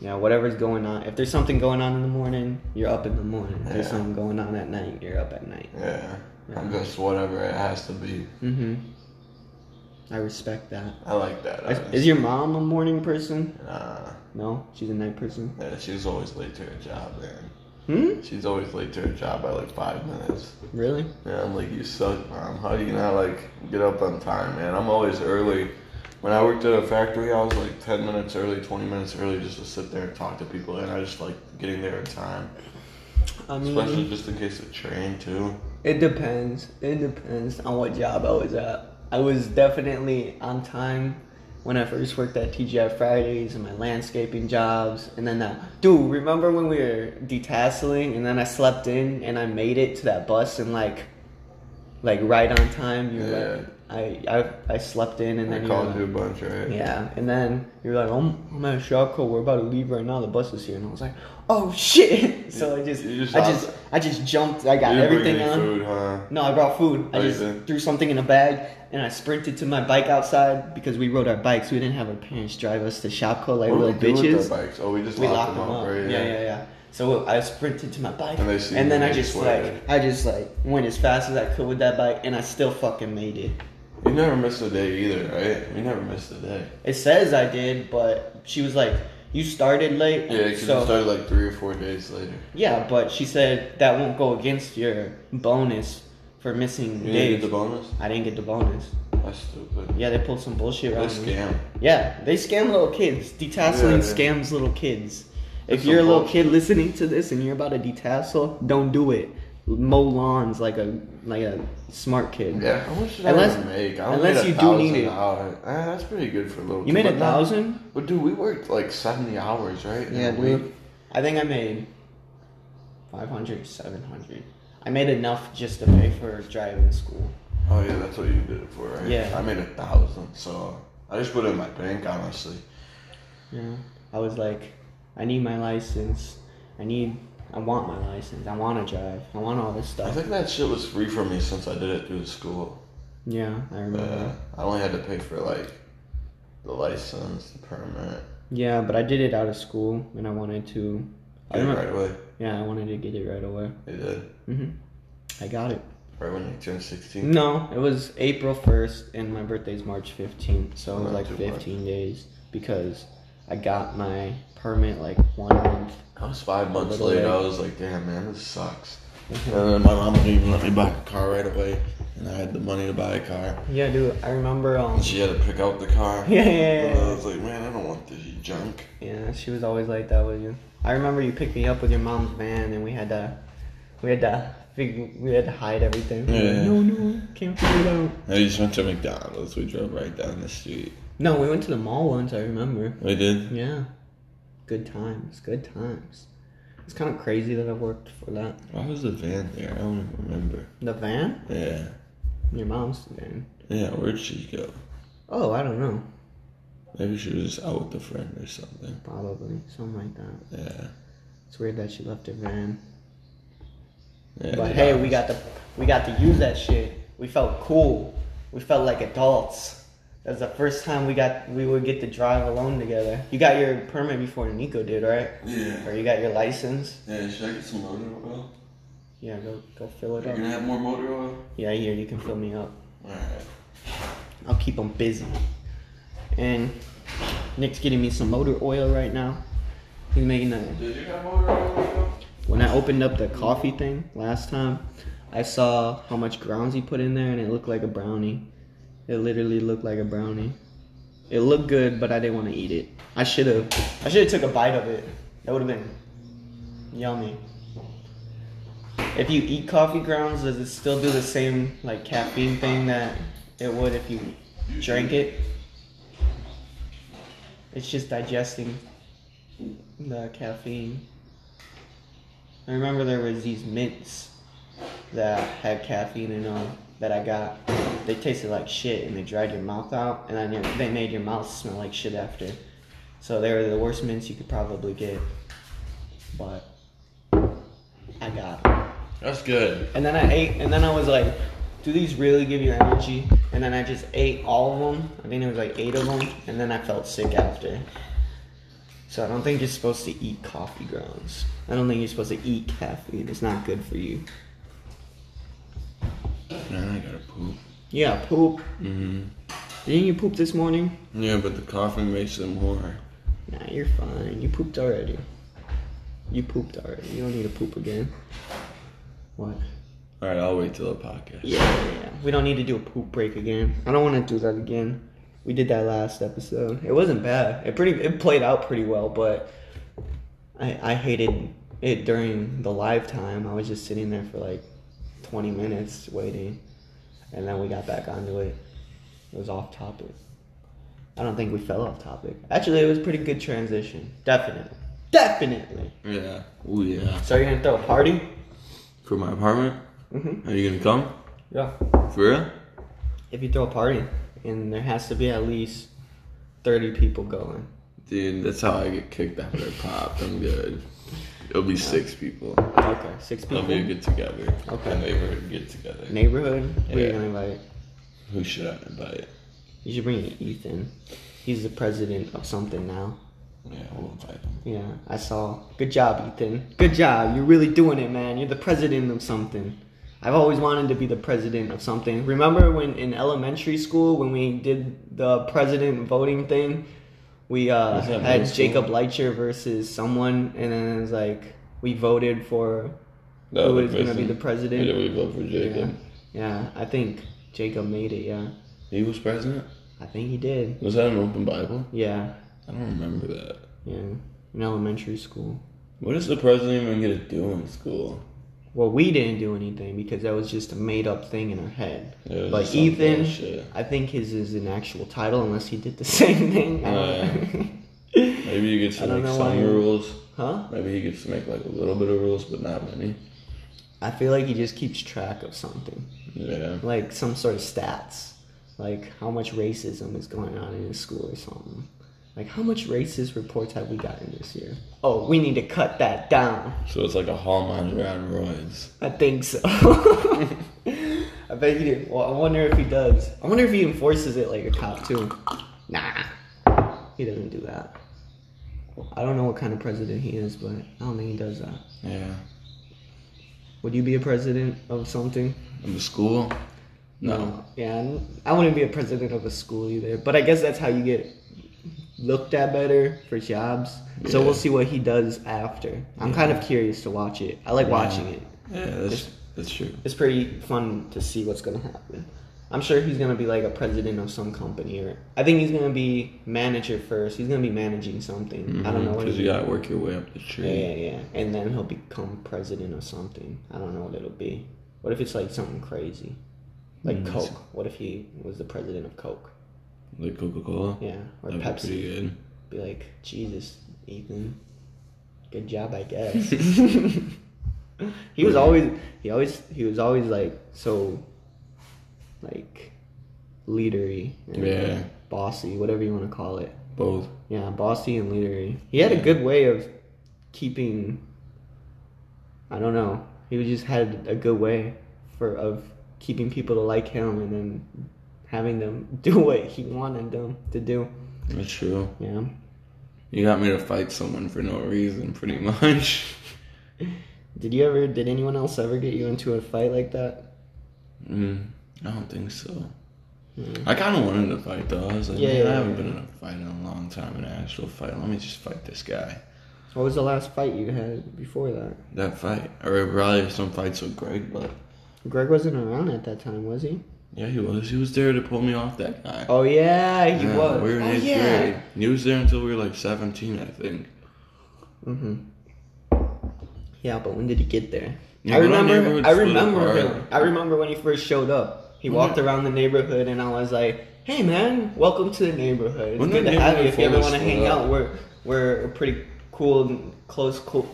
Speaker 1: Yeah, whatever's going on. If there's something going on in the morning, you're up in the morning. If there's
Speaker 2: Yeah.
Speaker 1: something going on at night, you're up at night.
Speaker 2: Yeah.
Speaker 1: Yeah.
Speaker 2: I'm just whatever it has to be.
Speaker 1: Mm-hmm. I respect that.
Speaker 2: I like that.
Speaker 1: Is,
Speaker 2: honestly.
Speaker 1: is your mom a morning person?
Speaker 2: Nah.
Speaker 1: No, she's a night person.
Speaker 2: Yeah, she's always late to her job, man.
Speaker 1: Hmm?
Speaker 2: She's always late to her job by like five minutes.
Speaker 1: Really?
Speaker 2: Yeah, I'm like, you suck, mom. How do you not like get up on time, man? I'm always early. When I worked at a factory, I was like 10 minutes early, 20 minutes early just to sit there and talk to people. And I just like getting there in time.
Speaker 1: I
Speaker 2: Especially
Speaker 1: mean,
Speaker 2: just in case of train, too.
Speaker 1: it depends. It depends on what job I was at. I was definitely on time when I first worked at TGI Fridays and my landscaping jobs. And then that. Dude, remember when we were detasseling and then I slept in and I made it to that bus and like. Like right on time, you were like, I, I I slept in and
Speaker 2: I
Speaker 1: then uh, you were
Speaker 2: called
Speaker 1: like-
Speaker 2: you a bunch, right?
Speaker 1: Yeah, and then you're like, oh, I'm at Shopco, we're about to leave right now, the bus is here. And I was like, oh shit! So I just,
Speaker 2: You just
Speaker 1: I
Speaker 2: hopped-
Speaker 1: just, I just jumped, I got
Speaker 2: you didn't bring
Speaker 1: everything
Speaker 2: any
Speaker 1: on.
Speaker 2: food, huh?
Speaker 1: No, I brought food. I
Speaker 2: Oh, you
Speaker 1: just
Speaker 2: did?
Speaker 1: threw something in a bag and I sprinted to my bike outside because we rode our bikes. We didn't have our parents drive us to Shopco like
Speaker 2: What
Speaker 1: little
Speaker 2: do we do with
Speaker 1: bitches.
Speaker 2: the bikes? Oh, we just
Speaker 1: We
Speaker 2: locked
Speaker 1: locked
Speaker 2: them up, right?
Speaker 1: Yeah, yeah, yeah. So I sprinted to my bike,
Speaker 2: And
Speaker 1: and,
Speaker 2: they see you
Speaker 1: then I
Speaker 2: and they
Speaker 1: just
Speaker 2: swear.
Speaker 1: like, I just like went as fast as I could with that bike, and I still fucking made it.
Speaker 2: You never missed a day either, right? We never missed a day.
Speaker 1: It says I did, but she was like, "You started late."
Speaker 2: Yeah, because
Speaker 1: so
Speaker 2: we started like three or four days later.
Speaker 1: yeah, but she said that won't go against your bonus for missing
Speaker 2: You didn't
Speaker 1: days.
Speaker 2: get the bonus?
Speaker 1: I didn't get the bonus.
Speaker 2: That's stupid.
Speaker 1: Yeah, they pulled some bullshit
Speaker 2: They
Speaker 1: around me.
Speaker 2: scam.
Speaker 1: Yeah, they scam little kids.
Speaker 2: Yeah,
Speaker 1: Detasseling
Speaker 2: they-
Speaker 1: scams little kids.
Speaker 2: That's
Speaker 1: If you're a
Speaker 2: some
Speaker 1: little
Speaker 2: bullshit.
Speaker 1: kid listening to this and you're about to detassel, don't do it. Mow lawns like a like a smart kid.
Speaker 2: Yeah, how much did
Speaker 1: Unless-
Speaker 2: I even make? I only
Speaker 1: unless
Speaker 2: made
Speaker 1: you
Speaker 2: a
Speaker 1: do need
Speaker 2: thousand
Speaker 1: it.
Speaker 2: an hour. Eh, that's pretty good for a little.
Speaker 1: You made
Speaker 2: kid,
Speaker 1: a
Speaker 2: but not-
Speaker 1: thousand?
Speaker 2: But dude, we worked like seventy hours, right? in
Speaker 1: Yeah,
Speaker 2: a
Speaker 1: dude.
Speaker 2: week.
Speaker 1: I think I made 500, 700. I made enough just to pay for driving school.
Speaker 2: Oh yeah, that's what you did it for, right?
Speaker 1: Yeah.
Speaker 2: I made a thousand, so I just put it in my bank, honestly.
Speaker 1: Yeah. I was like, I need my license. I need, I want my license. I want to drive. I want all this
Speaker 2: I
Speaker 1: stuff.
Speaker 2: think that shit was free for me since I did it through the school.
Speaker 1: Yeah, I remember.
Speaker 2: Uh, I only had to pay for like the license, the permit.
Speaker 1: Yeah, but I did it out of school and I wanted to. I
Speaker 2: Did it
Speaker 1: remember-
Speaker 2: right away.
Speaker 1: Yeah, I wanted to get it right away.
Speaker 2: You did
Speaker 1: hmm I got it.
Speaker 2: right when you turned sixteen.
Speaker 1: No, it was April 1st and my birthday's March 15th, so it was
Speaker 2: Not
Speaker 1: like
Speaker 2: too
Speaker 1: 15 days because I got my permit like one month.
Speaker 2: I was five months
Speaker 1: little
Speaker 2: late.
Speaker 1: late.
Speaker 2: I was like, damn, man, this sucks. and then my mom wouldn't even let me buy a car right away, and I had the money to buy a car.
Speaker 1: Yeah, dude, I remember. Um,
Speaker 2: And she had to pick out the car.
Speaker 1: yeah, yeah,
Speaker 2: And I
Speaker 1: yeah,
Speaker 2: was like, man, I don't want this junk.
Speaker 1: yeah. Yeah, she was always like that with you. I remember you picked me up with your mom's van and we had to, we had to, fig- we had to hide everything.
Speaker 2: Yeah.
Speaker 1: No, no, can't figure it out.
Speaker 2: I just went to McDonald's. We drove right down the street.
Speaker 1: No, we went to the mall once. I remember.
Speaker 2: We did.
Speaker 1: Yeah. Good times. Good times. It's kind of crazy that I worked for that.
Speaker 2: Why was the van there? I don't even remember.
Speaker 1: The van?
Speaker 2: Yeah.
Speaker 1: Your mom's van.
Speaker 2: Yeah, where'd she go?
Speaker 1: Oh, I don't know.
Speaker 2: Maybe she was out with a friend or something.
Speaker 1: Probably. Something like that.
Speaker 2: Yeah.
Speaker 1: It's weird that she left her van.
Speaker 2: yeah
Speaker 1: But
Speaker 2: dude,
Speaker 1: hey,
Speaker 2: I
Speaker 1: we
Speaker 2: was-
Speaker 1: got to we got to use that shit. We felt cool. We felt like adults. That's the first time we got we would get to drive alone together. You got your permit before Nico did, right?
Speaker 2: Yeah.
Speaker 1: Or you got your license?
Speaker 2: Yeah, should I get some motor oil?
Speaker 1: Yeah, go go fill it
Speaker 2: You're
Speaker 1: up.
Speaker 2: gonna have more motor oil?
Speaker 1: Yeah, here you can fill me up.
Speaker 2: Alright.
Speaker 1: I'll keep them busy. And Nick's getting me some motor oil right now. He's making a.
Speaker 2: Did you have motor oil?
Speaker 1: When I opened up the coffee thing last time, I saw how much grounds he put in there, and it looked like a brownie. It literally looked like a brownie. It looked good, but I didn't want to eat it. I should have. I should have took a bite of it. That would have been yummy. If you eat coffee grounds, does it still do the same like caffeine thing that it would if you drank it? It's just digesting the caffeine. I remember there was these mints that had caffeine in them that I got. They tasted like shit and they dried your mouth out, and then it- they made your mouth smell like shit after. So they were the worst mints you could probably get. But I got 'em.
Speaker 2: That's good.
Speaker 1: And then I ate, and then I was like, do these really give you energy? And then I just ate all of them. I think there was like eight of them, and then I felt sick after. So I don't think you're supposed to eat coffee grounds. I don't think you're supposed to eat caffeine. It's not good for you.
Speaker 2: Now I gotta poop.
Speaker 1: Yeah, poop.
Speaker 2: hmm
Speaker 1: Didn't you poop this morning?
Speaker 2: Yeah, but the coughing makes it more.
Speaker 1: Nah, you're fine. You pooped already. You pooped already. You don't need to poop again. What?
Speaker 2: All right, I'll wait till the podcast.
Speaker 1: Yeah, yeah, yeah. We don't need to do a poop break again. I don't want to do that again. We did that last episode. It wasn't bad. It pretty it played out pretty well, but I I hated it during the live time. I was just sitting there for like 20 minutes waiting, and then we got back onto it. It was off topic. I don't think we fell off topic. Actually, it was a pretty good transition. Definitely. Definitely.
Speaker 2: Yeah. Ooh, yeah.
Speaker 1: So you're gonna throw a party?
Speaker 2: For my apartment?
Speaker 1: Mhm.
Speaker 2: Are you gonna come?
Speaker 1: Yeah.
Speaker 2: For real?
Speaker 1: If you throw a party, and there has to be at least 30 people going.
Speaker 2: Dude, that's how I get kicked after I pop. I'm good. It'll be six people.
Speaker 1: Okay, six people.
Speaker 2: It'll be a get together.
Speaker 1: Okay.
Speaker 2: My neighborhood get together.
Speaker 1: Neighborhood. Who are you
Speaker 2: Yeah.
Speaker 1: gonna invite?
Speaker 2: Who should I invite?
Speaker 1: You should bring Ethan. He's the president of something now.
Speaker 2: Yeah, we'll invite him.
Speaker 1: Yeah, I saw. Good job, Ethan. Good job. You're really doing it, man. You're the president of something. I've always wanted to be the president of something. Remember when in elementary school when we did the president voting thing, we uh,
Speaker 2: Was that
Speaker 1: had
Speaker 2: middle school?
Speaker 1: Jacob Leitcher versus someone, and then it was like we voted for
Speaker 2: No,
Speaker 1: who
Speaker 2: the
Speaker 1: is going to be the president.
Speaker 2: president. Yeah, we vote for
Speaker 1: Yeah.
Speaker 2: Jacob.
Speaker 1: yeah, I think Jacob made it. Yeah,
Speaker 2: He was president?
Speaker 1: I think he did.
Speaker 2: Was that an open Bible?
Speaker 1: Yeah,
Speaker 2: I don't remember that.
Speaker 1: yeah, in elementary school.
Speaker 2: What does the president even get to do in school?
Speaker 1: Well, we didn't do anything because that was just a made up thing in our head.
Speaker 2: It was
Speaker 1: But
Speaker 2: some
Speaker 1: Ethan,
Speaker 2: bullshit.
Speaker 1: I think his is an actual title unless he did the same thing. I don't know.
Speaker 2: Maybe you get
Speaker 1: I
Speaker 2: to
Speaker 1: don't
Speaker 2: make
Speaker 1: know
Speaker 2: some
Speaker 1: why-
Speaker 2: rules.
Speaker 1: huh?
Speaker 2: Maybe he gets to make like a little bit of rules, but not many.
Speaker 1: I feel like he just keeps track of something,
Speaker 2: Yeah.
Speaker 1: like some sort of stats, like how much racism is going on in his school or something. Like how much racist reports have we gotten this year? Oh, we need to cut that down.
Speaker 2: So it's like a hall monitor on roids.
Speaker 1: I think so. I bet he did. Well, I wonder if he does. I wonder if he enforces it like a cop too. Nah, he doesn't do that. I don't know what kind of president he is, but I don't think he does that.
Speaker 2: Yeah.
Speaker 1: Would you be a president of something?
Speaker 2: In the school? No.
Speaker 1: Yeah, n- Um, I wouldn't be a president of a school either. But I guess that's how you get looked at better for jobs. So
Speaker 2: Yeah.
Speaker 1: we'll see what he does after. I'm kind of curious to watch it. I like watching it.
Speaker 2: Yeah, that's that's true.
Speaker 1: it's pretty fun to see what's gonna happen. I'm sure he's gonna be like a president of some company, or I think he's gonna be manager first. He's gonna be managing something. I don't know what.
Speaker 2: Because
Speaker 1: He,
Speaker 2: Mm-hmm. you
Speaker 1: yeah,
Speaker 2: gotta work your way up the tree.
Speaker 1: yeah, yeah. And then he'll become president of something. I don't know what it'll be. What if it's like something crazy, like
Speaker 2: Mm, that's-
Speaker 1: Coke? What if he was the president of Coke?
Speaker 2: Like Coca Cola.
Speaker 1: Yeah, or
Speaker 2: That'd
Speaker 1: Pepsi.
Speaker 2: be pretty good.
Speaker 1: Be like, Jesus, Ethan. Good job, I guess. he was always he always he was always like so like leadery and
Speaker 2: Yeah.
Speaker 1: bossy, whatever you want to call it.
Speaker 2: Both.
Speaker 1: Yeah, bossy and leadery. He had a
Speaker 2: Yeah.
Speaker 1: good way of keeping I don't know. He was just had a good way for of keeping people to like him and then having them do what he wanted them to do.
Speaker 2: That's true.
Speaker 1: Yeah.
Speaker 2: You got me to fight someone for no reason, pretty much.
Speaker 1: Did you ever? Did anyone else ever get you into a fight like that?
Speaker 2: Mm, I don't think so. I kind of wanted to fight though. I was like,
Speaker 1: Mm. Yeah,
Speaker 2: man,
Speaker 1: yeah,
Speaker 2: I
Speaker 1: yeah.
Speaker 2: haven't been in a fight in a long time, an actual fight. Let me just fight this guy.
Speaker 1: What was the last fight you had before that?
Speaker 2: That fight, or probably some fights with Greg, but
Speaker 1: Greg wasn't around at that time, was he?
Speaker 2: yeah, he was. He was there to pull me off that guy.
Speaker 1: Oh yeah, he
Speaker 2: Yeah,
Speaker 1: was.
Speaker 2: We were in
Speaker 1: oh
Speaker 2: eighth grade. He was there until we were like 17, I think.
Speaker 1: hmm Yeah, but when did he get there?
Speaker 2: Yeah,
Speaker 1: I
Speaker 2: when our
Speaker 1: remember.
Speaker 2: neighborhood
Speaker 1: I
Speaker 2: split
Speaker 1: remember
Speaker 2: apart.
Speaker 1: him. I remember when he first showed up. He
Speaker 2: When
Speaker 1: walked
Speaker 2: our-
Speaker 1: around the neighborhood, and I was like, "Hey, man, welcome to the neighborhood. It's
Speaker 2: When
Speaker 1: good
Speaker 2: our
Speaker 1: to have you.
Speaker 2: neighborhood
Speaker 1: If you ever
Speaker 2: fully
Speaker 1: want to
Speaker 2: split
Speaker 1: hang
Speaker 2: up.
Speaker 1: out, we're we're a pretty cool, and close, cool,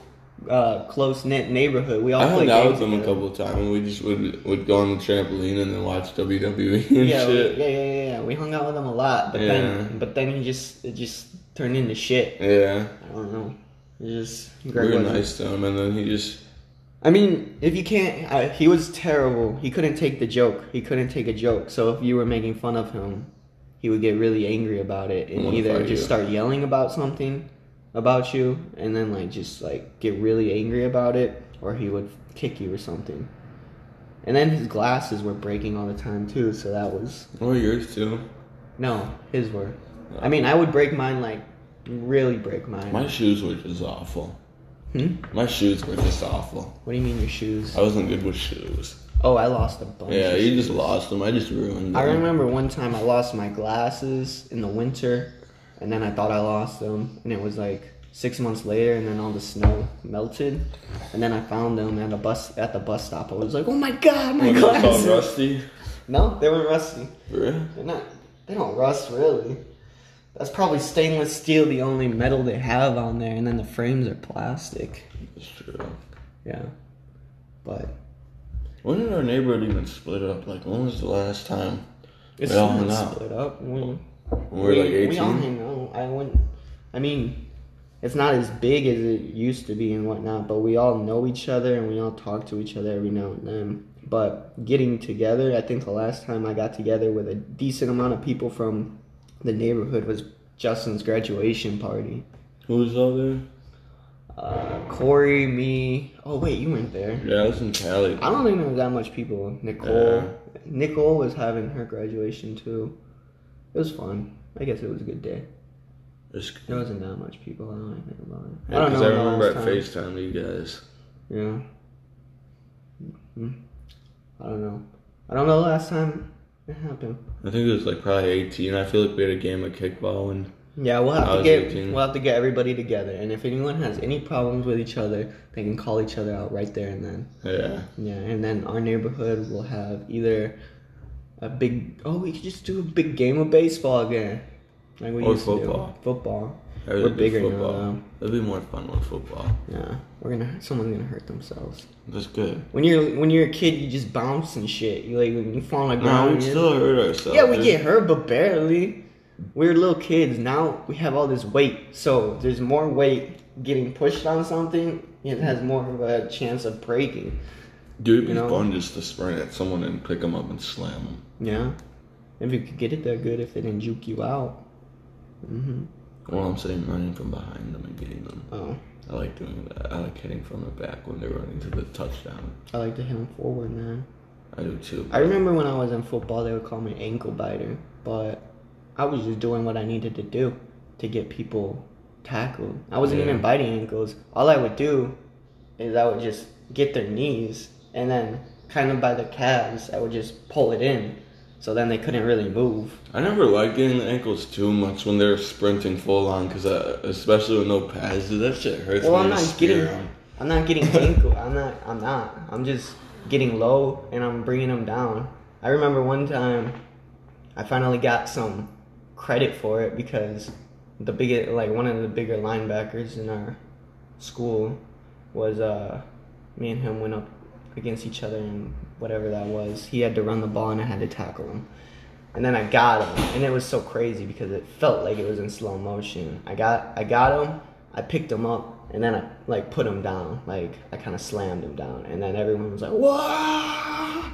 Speaker 1: uh, close knit neighborhood. We all
Speaker 2: I
Speaker 1: play
Speaker 2: hung out
Speaker 1: games
Speaker 2: with him a
Speaker 1: together.
Speaker 2: couple of times, and we just would would go on the trampoline and then watch WWE and
Speaker 1: yeah, we-
Speaker 2: shit.
Speaker 1: yeah, yeah, yeah, yeah. We hung out with him a lot, but then,
Speaker 2: Yeah.
Speaker 1: but then he just it just turned into shit.
Speaker 2: Yeah,
Speaker 1: I don't know. It just
Speaker 2: we
Speaker 1: Greg
Speaker 2: were
Speaker 1: wasn't-
Speaker 2: Mm-hmm. nice to him, and then he just
Speaker 1: I mean, if you can't, I, he was terrible. He couldn't take the joke. He couldn't take a joke. So if you were making fun of him, he would get really angry about it and
Speaker 2: Wanna
Speaker 1: either
Speaker 2: fight
Speaker 1: just
Speaker 2: you.
Speaker 1: start yelling about something about you, and then like just like get really angry about it, or he would kick you or something. And then his glasses were breaking all the time too, so that was
Speaker 2: or yours too.
Speaker 1: No, his were. I mean, I would break mine like really break mine.
Speaker 2: My shoes were just awful.
Speaker 1: Hmm?
Speaker 2: My shoes were just awful.
Speaker 1: What do you mean your shoes?
Speaker 2: I wasn't good with shoes.
Speaker 1: Oh, I lost a bunch.
Speaker 2: Yeah,
Speaker 1: of
Speaker 2: you just lost them. I just ruined them.
Speaker 1: I remember one time I lost my glasses in the winter, and then I thought I lost them, and it was like six months later, and then all the snow melted, and then I found them at a bus at the bus stop. I was like, "Oh my god, my
Speaker 2: What, they're called
Speaker 1: glasses!"
Speaker 2: Rusty.
Speaker 1: No, they weren't rusty.
Speaker 2: For real?
Speaker 1: They're not. They don't rust really. That's probably stainless steel, the only metal they have on there, and then the frames are plastic.
Speaker 2: That's true.
Speaker 1: Yeah, but
Speaker 2: When did our neighborhood even split up? Like, when was the last time?
Speaker 1: it's
Speaker 2: They all
Speaker 1: not
Speaker 2: hung out.
Speaker 1: split up. We-
Speaker 2: When we were like
Speaker 1: We all
Speaker 2: 18?
Speaker 1: hang out. I wouldn't. I mean, it's not as big as it used to be and whatnot, but we all know each other and we all talk to each other every now and then. But getting together, I think the last time I got together with a decent amount of people from the neighborhood was Justin's graduation party.
Speaker 2: Who was all there?
Speaker 1: Uh, Corey, me. Oh wait, you weren't there.
Speaker 2: Yeah, I was in Cali.
Speaker 1: I don't think there was that much people. Nicole,
Speaker 2: Yeah.
Speaker 1: Nicole was having her graduation too. It was fun. I guess it was a good day.
Speaker 2: It's-
Speaker 1: There wasn't that much people. I don't know anything about it.
Speaker 2: Yeah, 'cause I
Speaker 1: the
Speaker 2: remember
Speaker 1: last
Speaker 2: I
Speaker 1: time.
Speaker 2: FaceTimed you guys.
Speaker 1: Yeah. hmm I don't know. I don't know the last time it happened.
Speaker 2: I think it was like probably 18. I feel like we had a game of kickball and
Speaker 1: Yeah, we'll have
Speaker 2: I
Speaker 1: to
Speaker 2: was
Speaker 1: get
Speaker 2: 18.
Speaker 1: we'll have to get everybody together, and if anyone has any problems with each other, they can call each other out right there and then.
Speaker 2: yeah.
Speaker 1: Yeah, and then our neighborhood will have either a big oh we could just do a big game of baseball again, like we
Speaker 2: Or
Speaker 1: used to
Speaker 2: football.
Speaker 1: do football.
Speaker 2: I really
Speaker 1: We're
Speaker 2: did
Speaker 1: bigger now,
Speaker 2: football.
Speaker 1: though.
Speaker 2: It'd be more fun with football.
Speaker 1: Yeah, we're gonna someone's gonna hurt themselves.
Speaker 2: That's good.
Speaker 1: When you're when you're a kid, you just bounce and shit. You like when you fall on the
Speaker 2: No,
Speaker 1: ground.
Speaker 2: we
Speaker 1: you're-
Speaker 2: still hurt ourselves.
Speaker 1: yeah, we
Speaker 2: dude.
Speaker 1: get hurt, but barely. We're little kids now. We have all this weight, so there's more weight getting pushed on something. It has more of a chance of breaking.
Speaker 2: Dude, it'd
Speaker 1: you
Speaker 2: be
Speaker 1: know?
Speaker 2: fun just to sprint at someone and pick them up and slam them.
Speaker 1: Yeah, if you could get it there, good. If they didn't juke you out. hmm
Speaker 2: Well, I'm saying running from behind them and getting them.
Speaker 1: Oh,
Speaker 2: I like doing that. I like hitting from the back when they're running to the touchdown.
Speaker 1: I like to hit them forward, man.
Speaker 2: I do too.
Speaker 1: I remember when I was in football, they would call me ankle biter, but I was just doing what I needed to do to get people tackled. I wasn't
Speaker 2: Yeah.
Speaker 1: even biting ankles. All I would do is I would just get their knees and then kind of by their calves, I would just pull it in. So then they couldn't really move.
Speaker 2: I never liked getting the ankles too much when they're sprinting full on, cause I, especially with no pads, dude, that shit hurts.
Speaker 1: Well,
Speaker 2: when
Speaker 1: I'm
Speaker 2: you
Speaker 1: not
Speaker 2: spear
Speaker 1: getting,
Speaker 2: 'em.
Speaker 1: I'm not getting ankle. I'm not. I'm not. I'm just getting low and I'm bringing them down. I remember one time, I finally got some credit for it because the big, like one of the bigger linebackers in our school was. uh Me and him went up against each other and whatever that was. He had to run the ball and I had to tackle him. And then I got him, and it was so crazy because it felt like it was in slow motion. I got I got him, I picked him up, and then I like put him down, like I kind of slammed him down, and then everyone was like, "Whoa!"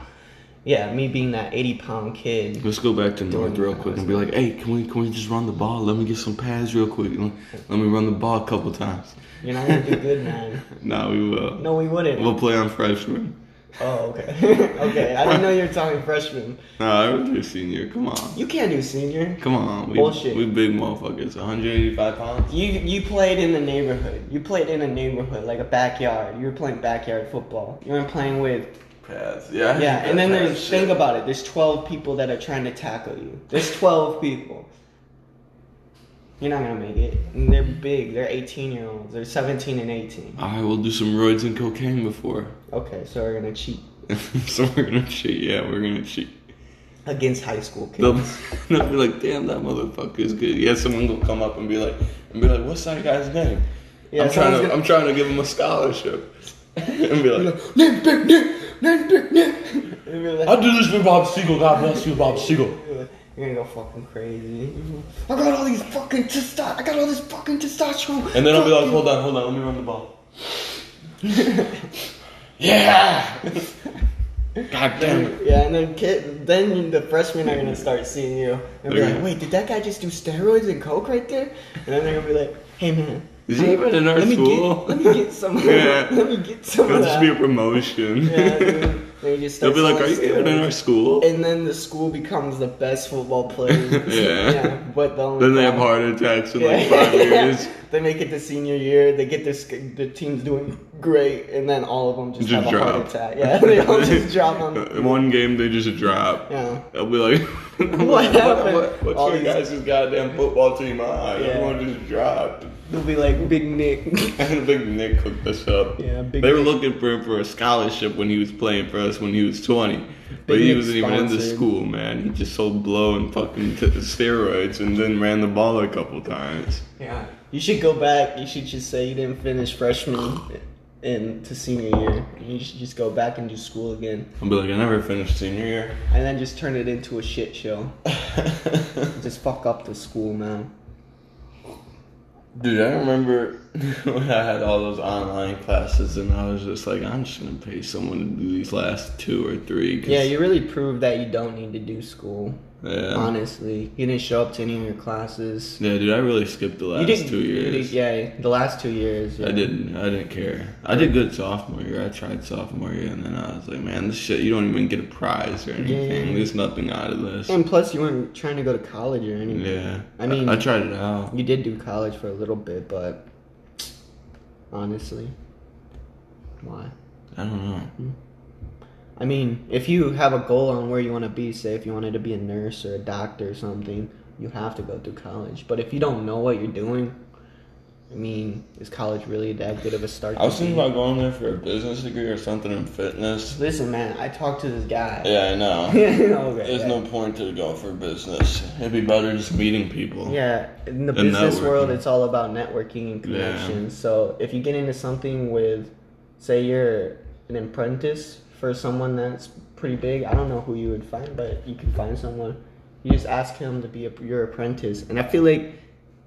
Speaker 1: Yeah, me being that eighty pound kid.
Speaker 2: Let's go back to North
Speaker 1: Doing
Speaker 2: real quick and be like, hey, can we can we just run the ball? Let me get some pads real quick. Let let me run the ball a couple times.
Speaker 1: You're not gonna do good, man.
Speaker 2: Nah, we will.
Speaker 1: No, we wouldn't.
Speaker 2: We'll play on freshman.
Speaker 1: Oh, okay, okay. I didn't know you were talking freshman.
Speaker 2: Nah, I would do senior. Come on.
Speaker 1: You can't do senior.
Speaker 2: Come on. We,
Speaker 1: Bullshit.
Speaker 2: We big motherfuckers. 185 pounds.
Speaker 1: You you played in the neighborhood. You played in a neighborhood, like a backyard. You were playing backyard football. You weren't playing with
Speaker 2: Pads. Yeah. I
Speaker 1: Yeah,
Speaker 2: hate
Speaker 1: and
Speaker 2: that
Speaker 1: then
Speaker 2: pad
Speaker 1: there's
Speaker 2: shit.
Speaker 1: think about it. There's 12 people that are trying to tackle you. There's 12 people. You're not gonna make it. And they're big. They're 18 year olds. They're 17 and 18.
Speaker 2: All right, we'll do some roids and cocaine before.
Speaker 1: Okay, so we're gonna cheat
Speaker 2: so we're gonna cheat. Yeah, we're gonna cheat.
Speaker 1: against high school kids.
Speaker 2: They'll, they'll be like, damn, that motherfucker is good. Yeah, someone will come up and be like, and be like, what's that guy's name?
Speaker 1: Yeah,
Speaker 2: I'm trying to,
Speaker 1: someone's gonna-
Speaker 2: I'm trying to give him a scholarship. and be like, name, big, name, name, big, name.
Speaker 1: They'll be like-
Speaker 2: I'll do this for Bob Siegel. God bless you, Bob Siegel.
Speaker 1: You're gonna go fucking crazy.
Speaker 2: I got all these fucking testosterone. I got all this fucking testosterone. And then I'll be like, hold on, hold on, let me run the ball. yeah. God damn it.
Speaker 1: Yeah, and then kid, then the freshmen are gonna start seeing you and be
Speaker 2: They're
Speaker 1: like,
Speaker 2: gonna-
Speaker 1: "Wait, did that guy just do steroids and coke right there?" And then they're gonna be like, "Hey man,
Speaker 2: Is he even in our
Speaker 1: let me
Speaker 2: school?
Speaker 1: get let me get some
Speaker 2: Yeah.
Speaker 1: let me get some of
Speaker 2: It'll
Speaker 1: that."
Speaker 2: just be a promotion.
Speaker 1: Yeah, dude. They just
Speaker 2: They'll
Speaker 1: start
Speaker 2: be like, "Are you
Speaker 1: telling
Speaker 2: even in our
Speaker 1: stories.
Speaker 2: school?"
Speaker 1: And then the school becomes the best football players.
Speaker 2: Yeah.
Speaker 1: But the only
Speaker 2: Then they have
Speaker 1: problem-
Speaker 2: heart attacks in
Speaker 1: Yeah,
Speaker 2: like five
Speaker 1: yeah.
Speaker 2: years.
Speaker 1: They make it to senior year. They get their sk- the team's doing great, and then all of them just,
Speaker 2: Just
Speaker 1: have a
Speaker 2: drop.
Speaker 1: heart attack. Yeah, they all just drop on.
Speaker 2: In One game they just drop.
Speaker 1: Yeah.
Speaker 2: I'll be like,
Speaker 1: happened?
Speaker 2: what's
Speaker 1: All
Speaker 2: your
Speaker 1: these-
Speaker 2: guys' goddamn football team on?
Speaker 1: Yeah.
Speaker 2: Everyone just dropped.
Speaker 1: They'll be like Big Nick.
Speaker 2: And Big Nick hooked us up.
Speaker 1: Yeah, Big
Speaker 2: they were
Speaker 1: Nick.
Speaker 2: looking for him for a scholarship when he was playing for us when he was 20. But
Speaker 1: Big
Speaker 2: he
Speaker 1: Nick
Speaker 2: wasn't even in the
Speaker 1: sponsored.
Speaker 2: school, man. He just sold blow and fucking took steroids and then ran the ball a couple times.
Speaker 1: Yeah. You should go back. You should just say you didn't finish freshman and to senior year. You should just go back and do school again,
Speaker 2: I'll be like, I never finished senior year.
Speaker 1: and then just turn it into a shit show. Just fuck up the school, man.
Speaker 2: Dude, I remember when I had all those online classes and I was just like, I'm just gonna pay someone to do these last two or three. 'cause-
Speaker 1: Yeah, you really proved that you don't need to do school.
Speaker 2: yeah.
Speaker 1: Honestly, you didn't show up to any of your classes.
Speaker 2: Yeah, dude, I really skipped the
Speaker 1: you
Speaker 2: last
Speaker 1: didn't,
Speaker 2: two
Speaker 1: you
Speaker 2: years.
Speaker 1: didn't- yeah, the last two years. yeah.
Speaker 2: I didn't. I didn't care. I did good sophomore year. I tried sophomore year, and then I was like, man, this shit. You don't even get a prize or anything.
Speaker 1: yeah.
Speaker 2: There's nothing out of this.
Speaker 1: And plus, you weren't trying to go to college or anything.
Speaker 2: Yeah.
Speaker 1: I mean-
Speaker 2: I, tried it out.
Speaker 1: You did do college for a little bit, but honestly, why?
Speaker 2: I don't know.
Speaker 1: I mean, if you have a goal on where you want to be, say if you wanted to be a nurse or a doctor or something, you have to go through college. But if you don't know what you're doing, I mean, is college really that good of a start?
Speaker 2: I was
Speaker 1: to
Speaker 2: thinking
Speaker 1: be?
Speaker 2: about going there for a business degree or something in fitness.
Speaker 1: Listen, man, I talked to this guy.
Speaker 2: Yeah, I know.
Speaker 1: Okay,
Speaker 2: There's
Speaker 1: yeah.
Speaker 2: no point to going for business. It'd be better just meeting people.
Speaker 1: Yeah, in the
Speaker 2: And
Speaker 1: business world,
Speaker 2: networking.
Speaker 1: it's all about networking and
Speaker 2: Yeah.
Speaker 1: connections. So if you get into something with, say, you're an apprentice for someone that's pretty big, I don't know who you would find, but you can find someone. You just ask him to be a, your apprentice, and I feel like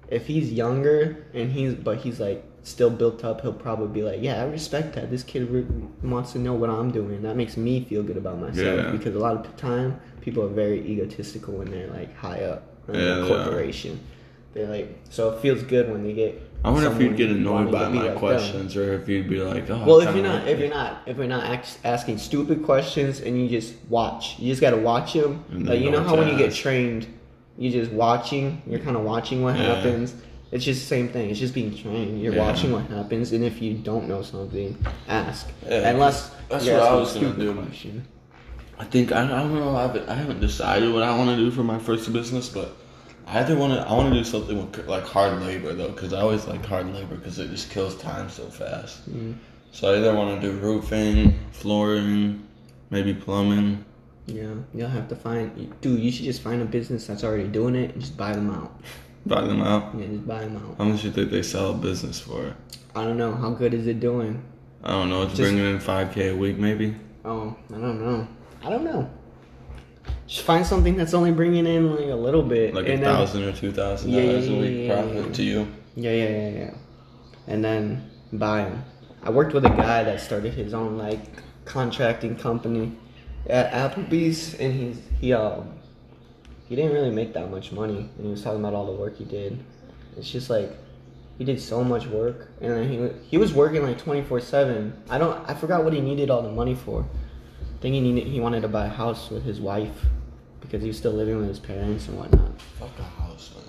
Speaker 1: if he's younger and he's but he's like still built up, he'll probably be like, "Yeah, I respect that. This kid re- wants to know what I'm doing. That makes me feel good about myself."
Speaker 2: Yeah.
Speaker 1: Because a lot of the time, people are very egotistical when they're like high up in
Speaker 2: Yeah, they
Speaker 1: a
Speaker 2: are.
Speaker 1: corporation. They're like, so it feels good when they get.
Speaker 2: I wonder if
Speaker 1: someone
Speaker 2: you'd get
Speaker 1: wanting
Speaker 2: annoyed by
Speaker 1: to be
Speaker 2: my
Speaker 1: like them.
Speaker 2: questions or if you'd be like, oh.
Speaker 1: Well, if
Speaker 2: kinda
Speaker 1: you're not,
Speaker 2: like
Speaker 1: if
Speaker 2: this.
Speaker 1: you're not, if you're not ax- asking stupid questions and you just watch, you just gotta watch them.
Speaker 2: And
Speaker 1: Like
Speaker 2: then
Speaker 1: you know
Speaker 2: don't
Speaker 1: how when you get
Speaker 2: ask.
Speaker 1: trained, you just watching. You're kind of watching what
Speaker 2: Yeah.
Speaker 1: happens. It's just the same thing. It's just being trained. You're
Speaker 2: Yeah.
Speaker 1: watching what happens, and if you don't know something, ask.
Speaker 2: Yeah,
Speaker 1: Unless
Speaker 2: that's
Speaker 1: you're
Speaker 2: what
Speaker 1: asking
Speaker 2: I
Speaker 1: a
Speaker 2: was gonna
Speaker 1: stupid
Speaker 2: do.
Speaker 1: Question.
Speaker 2: I think I, I don't know. I haven't, I haven't decided what I want to do for my first business, but I either want to I want to do something with like hard labor though, because I always like hard labor because it just kills time so fast.
Speaker 1: Mm-hmm.
Speaker 2: So I either want to do roofing, flooring, maybe plumbing.
Speaker 1: Yeah, you'll have to find. Dude, you should just find a business that's already doing it and just buy them out.
Speaker 2: Buy them out.
Speaker 1: Yeah, just buy them out.
Speaker 2: How much do you think they sell a business for?
Speaker 1: I don't know how good is it doing.
Speaker 2: I don't know. It's
Speaker 1: Just-
Speaker 2: bringing in five k a week, maybe.
Speaker 1: Oh, I don't know. I don't know. Just find something that's only bringing in like a little bit,
Speaker 2: Like
Speaker 1: and
Speaker 2: a
Speaker 1: then-
Speaker 2: thousand or two thousand
Speaker 1: Yeah, yeah,
Speaker 2: dollars a
Speaker 1: yeah,
Speaker 2: week
Speaker 1: yeah, yeah,
Speaker 2: profit
Speaker 1: yeah.
Speaker 2: to you.
Speaker 1: Yeah, yeah, yeah, yeah. And then buy them. I worked with a guy that started his own like contracting company at Applebee's, and he's he um he didn't really make that much money, and he was talking about all the work he did. It's just like he did so much work, and then he wa- he was working like twenty four seven. I don't I forgot what he needed all the money for. I think he needed he wanted to buy a house with his wife because he was still living with his parents and whatnot.
Speaker 2: Fuck a house, man.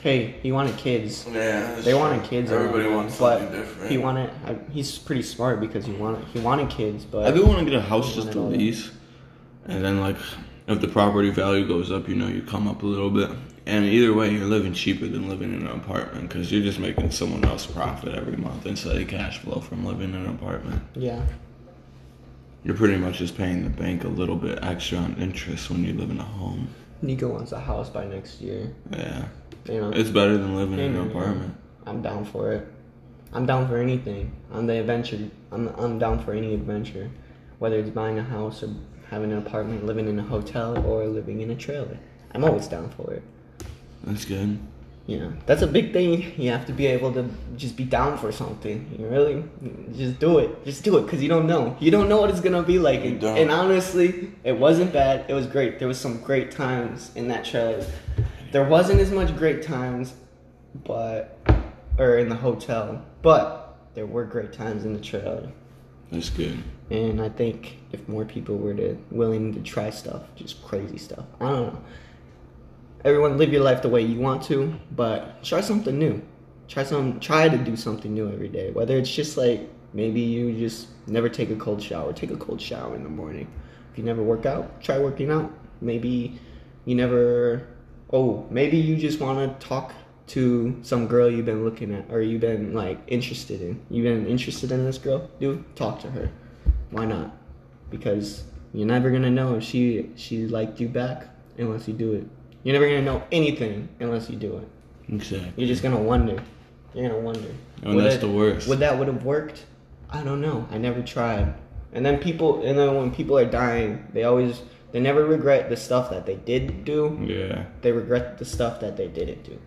Speaker 1: Hey, he wanted kids.
Speaker 2: Yeah,
Speaker 1: They wanted kids. and
Speaker 2: Everybody
Speaker 1: all,
Speaker 2: wants
Speaker 1: but
Speaker 2: something different.
Speaker 1: He wanted. I, he's pretty smart because he wanted. He wanted kids, but
Speaker 2: I do want to get a house
Speaker 1: One
Speaker 2: just
Speaker 1: and
Speaker 2: to
Speaker 1: all.
Speaker 2: lease, and then like if the property value goes up, you know you come up a little bit. And either way, you're living cheaper than living in an apartment because you're just making someone else profit every month instead of cash flow from living in an apartment.
Speaker 1: yeah,
Speaker 2: You're pretty much just paying the bank a little bit extra on interest when you live in a home.
Speaker 1: Nico wants a house by next year.
Speaker 2: Yeah,
Speaker 1: You know,
Speaker 2: it's better than living in
Speaker 1: Yeah.
Speaker 2: an apartment.
Speaker 1: I'm down for it. I'm down for anything. I'm the adventure. I'm I'm down for any adventure, whether it's buying a house or having an apartment, living in a hotel, or living in a trailer. I'm always down for it.
Speaker 2: That's good.
Speaker 1: You know, that's a big thing. You have to be able to just be down for something. You really just do it. Just do it because you don't know. You don't know what it's gonna be like.
Speaker 2: You
Speaker 1: And,
Speaker 2: don't.
Speaker 1: and honestly, it wasn't bad. It was great. There was some great times in that trailer. There wasn't as much great times, but or in the hotel, but there were great times in the trailer.
Speaker 2: That's good.
Speaker 1: And I think if more people were to willing to try stuff, just crazy stuff. I don't know. Everyone live your life the way you want to, but try something new. Try some try to do something new every day. Whether it's just like maybe you just never take a cold shower. Take a cold shower in the morning. If you never work out, try working out. Maybe you never oh, maybe you just want to talk to some girl you've been looking at or you've been like interested in. You've been interested in this girl, dude, talk to her. Why not? Because you're never gonna know if she she liked you back unless you do it. You're never gonna know anything unless you do it.
Speaker 2: Exactly.
Speaker 1: You're just gonna wonder. You're gonna wonder.
Speaker 2: And
Speaker 1: Would
Speaker 2: that's
Speaker 1: it-
Speaker 2: the worst.
Speaker 1: Would that would have worked? I don't know. I never tried. And then people, and then when people are dying, they always, they never regret the stuff that they did do
Speaker 2: Yeah.
Speaker 1: they regret the stuff that they didn't do.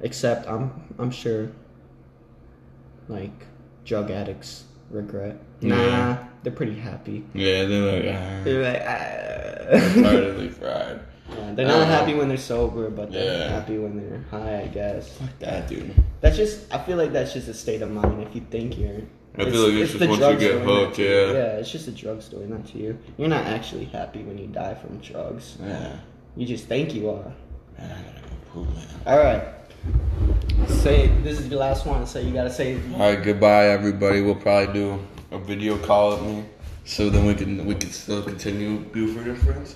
Speaker 1: Except I'm I'm sure like drug addicts regret. Nah,
Speaker 2: Yeah.
Speaker 1: they're pretty happy.
Speaker 2: Yeah, they're like,
Speaker 1: They're like
Speaker 2: ah.
Speaker 1: ah.
Speaker 2: Retardedly fried.
Speaker 1: Yeah, they're not
Speaker 2: Uh,
Speaker 1: happy when they're sober, but they're
Speaker 2: yeah.
Speaker 1: happy when they're high, I guess.
Speaker 2: Fuck that, dude.
Speaker 1: That's just I feel like that's just a state of mind if you think you're
Speaker 2: I feel like it's just
Speaker 1: the
Speaker 2: once you
Speaker 1: drugs
Speaker 2: get
Speaker 1: doing that
Speaker 2: hooked,
Speaker 1: to you.
Speaker 2: yeah.
Speaker 1: Yeah, it's just a drug story, not to you. You're not actually happy when you die from drugs.
Speaker 2: Yeah.
Speaker 1: You just think you are.
Speaker 2: Man, I gotta go poop, man.
Speaker 1: All right. Say this is the last one. So you gotta say.
Speaker 2: All right, goodbye, everybody. We'll probably do a video call at me, so then we can we can still continue Buford and Friends.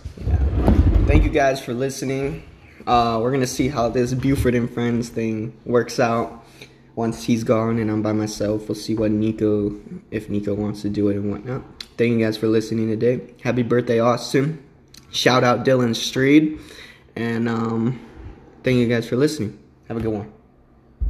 Speaker 1: Thank you guys for listening. Uh, we're gonna see how this Buford and Friends thing works out. Once he's gone and I'm by myself, we'll see what Nico, if Nico wants to do it and whatnot. Thank you guys for listening today. Happy birthday, Austin. Shout out Dylan Streed. And um, thank you guys for listening. Have a good one.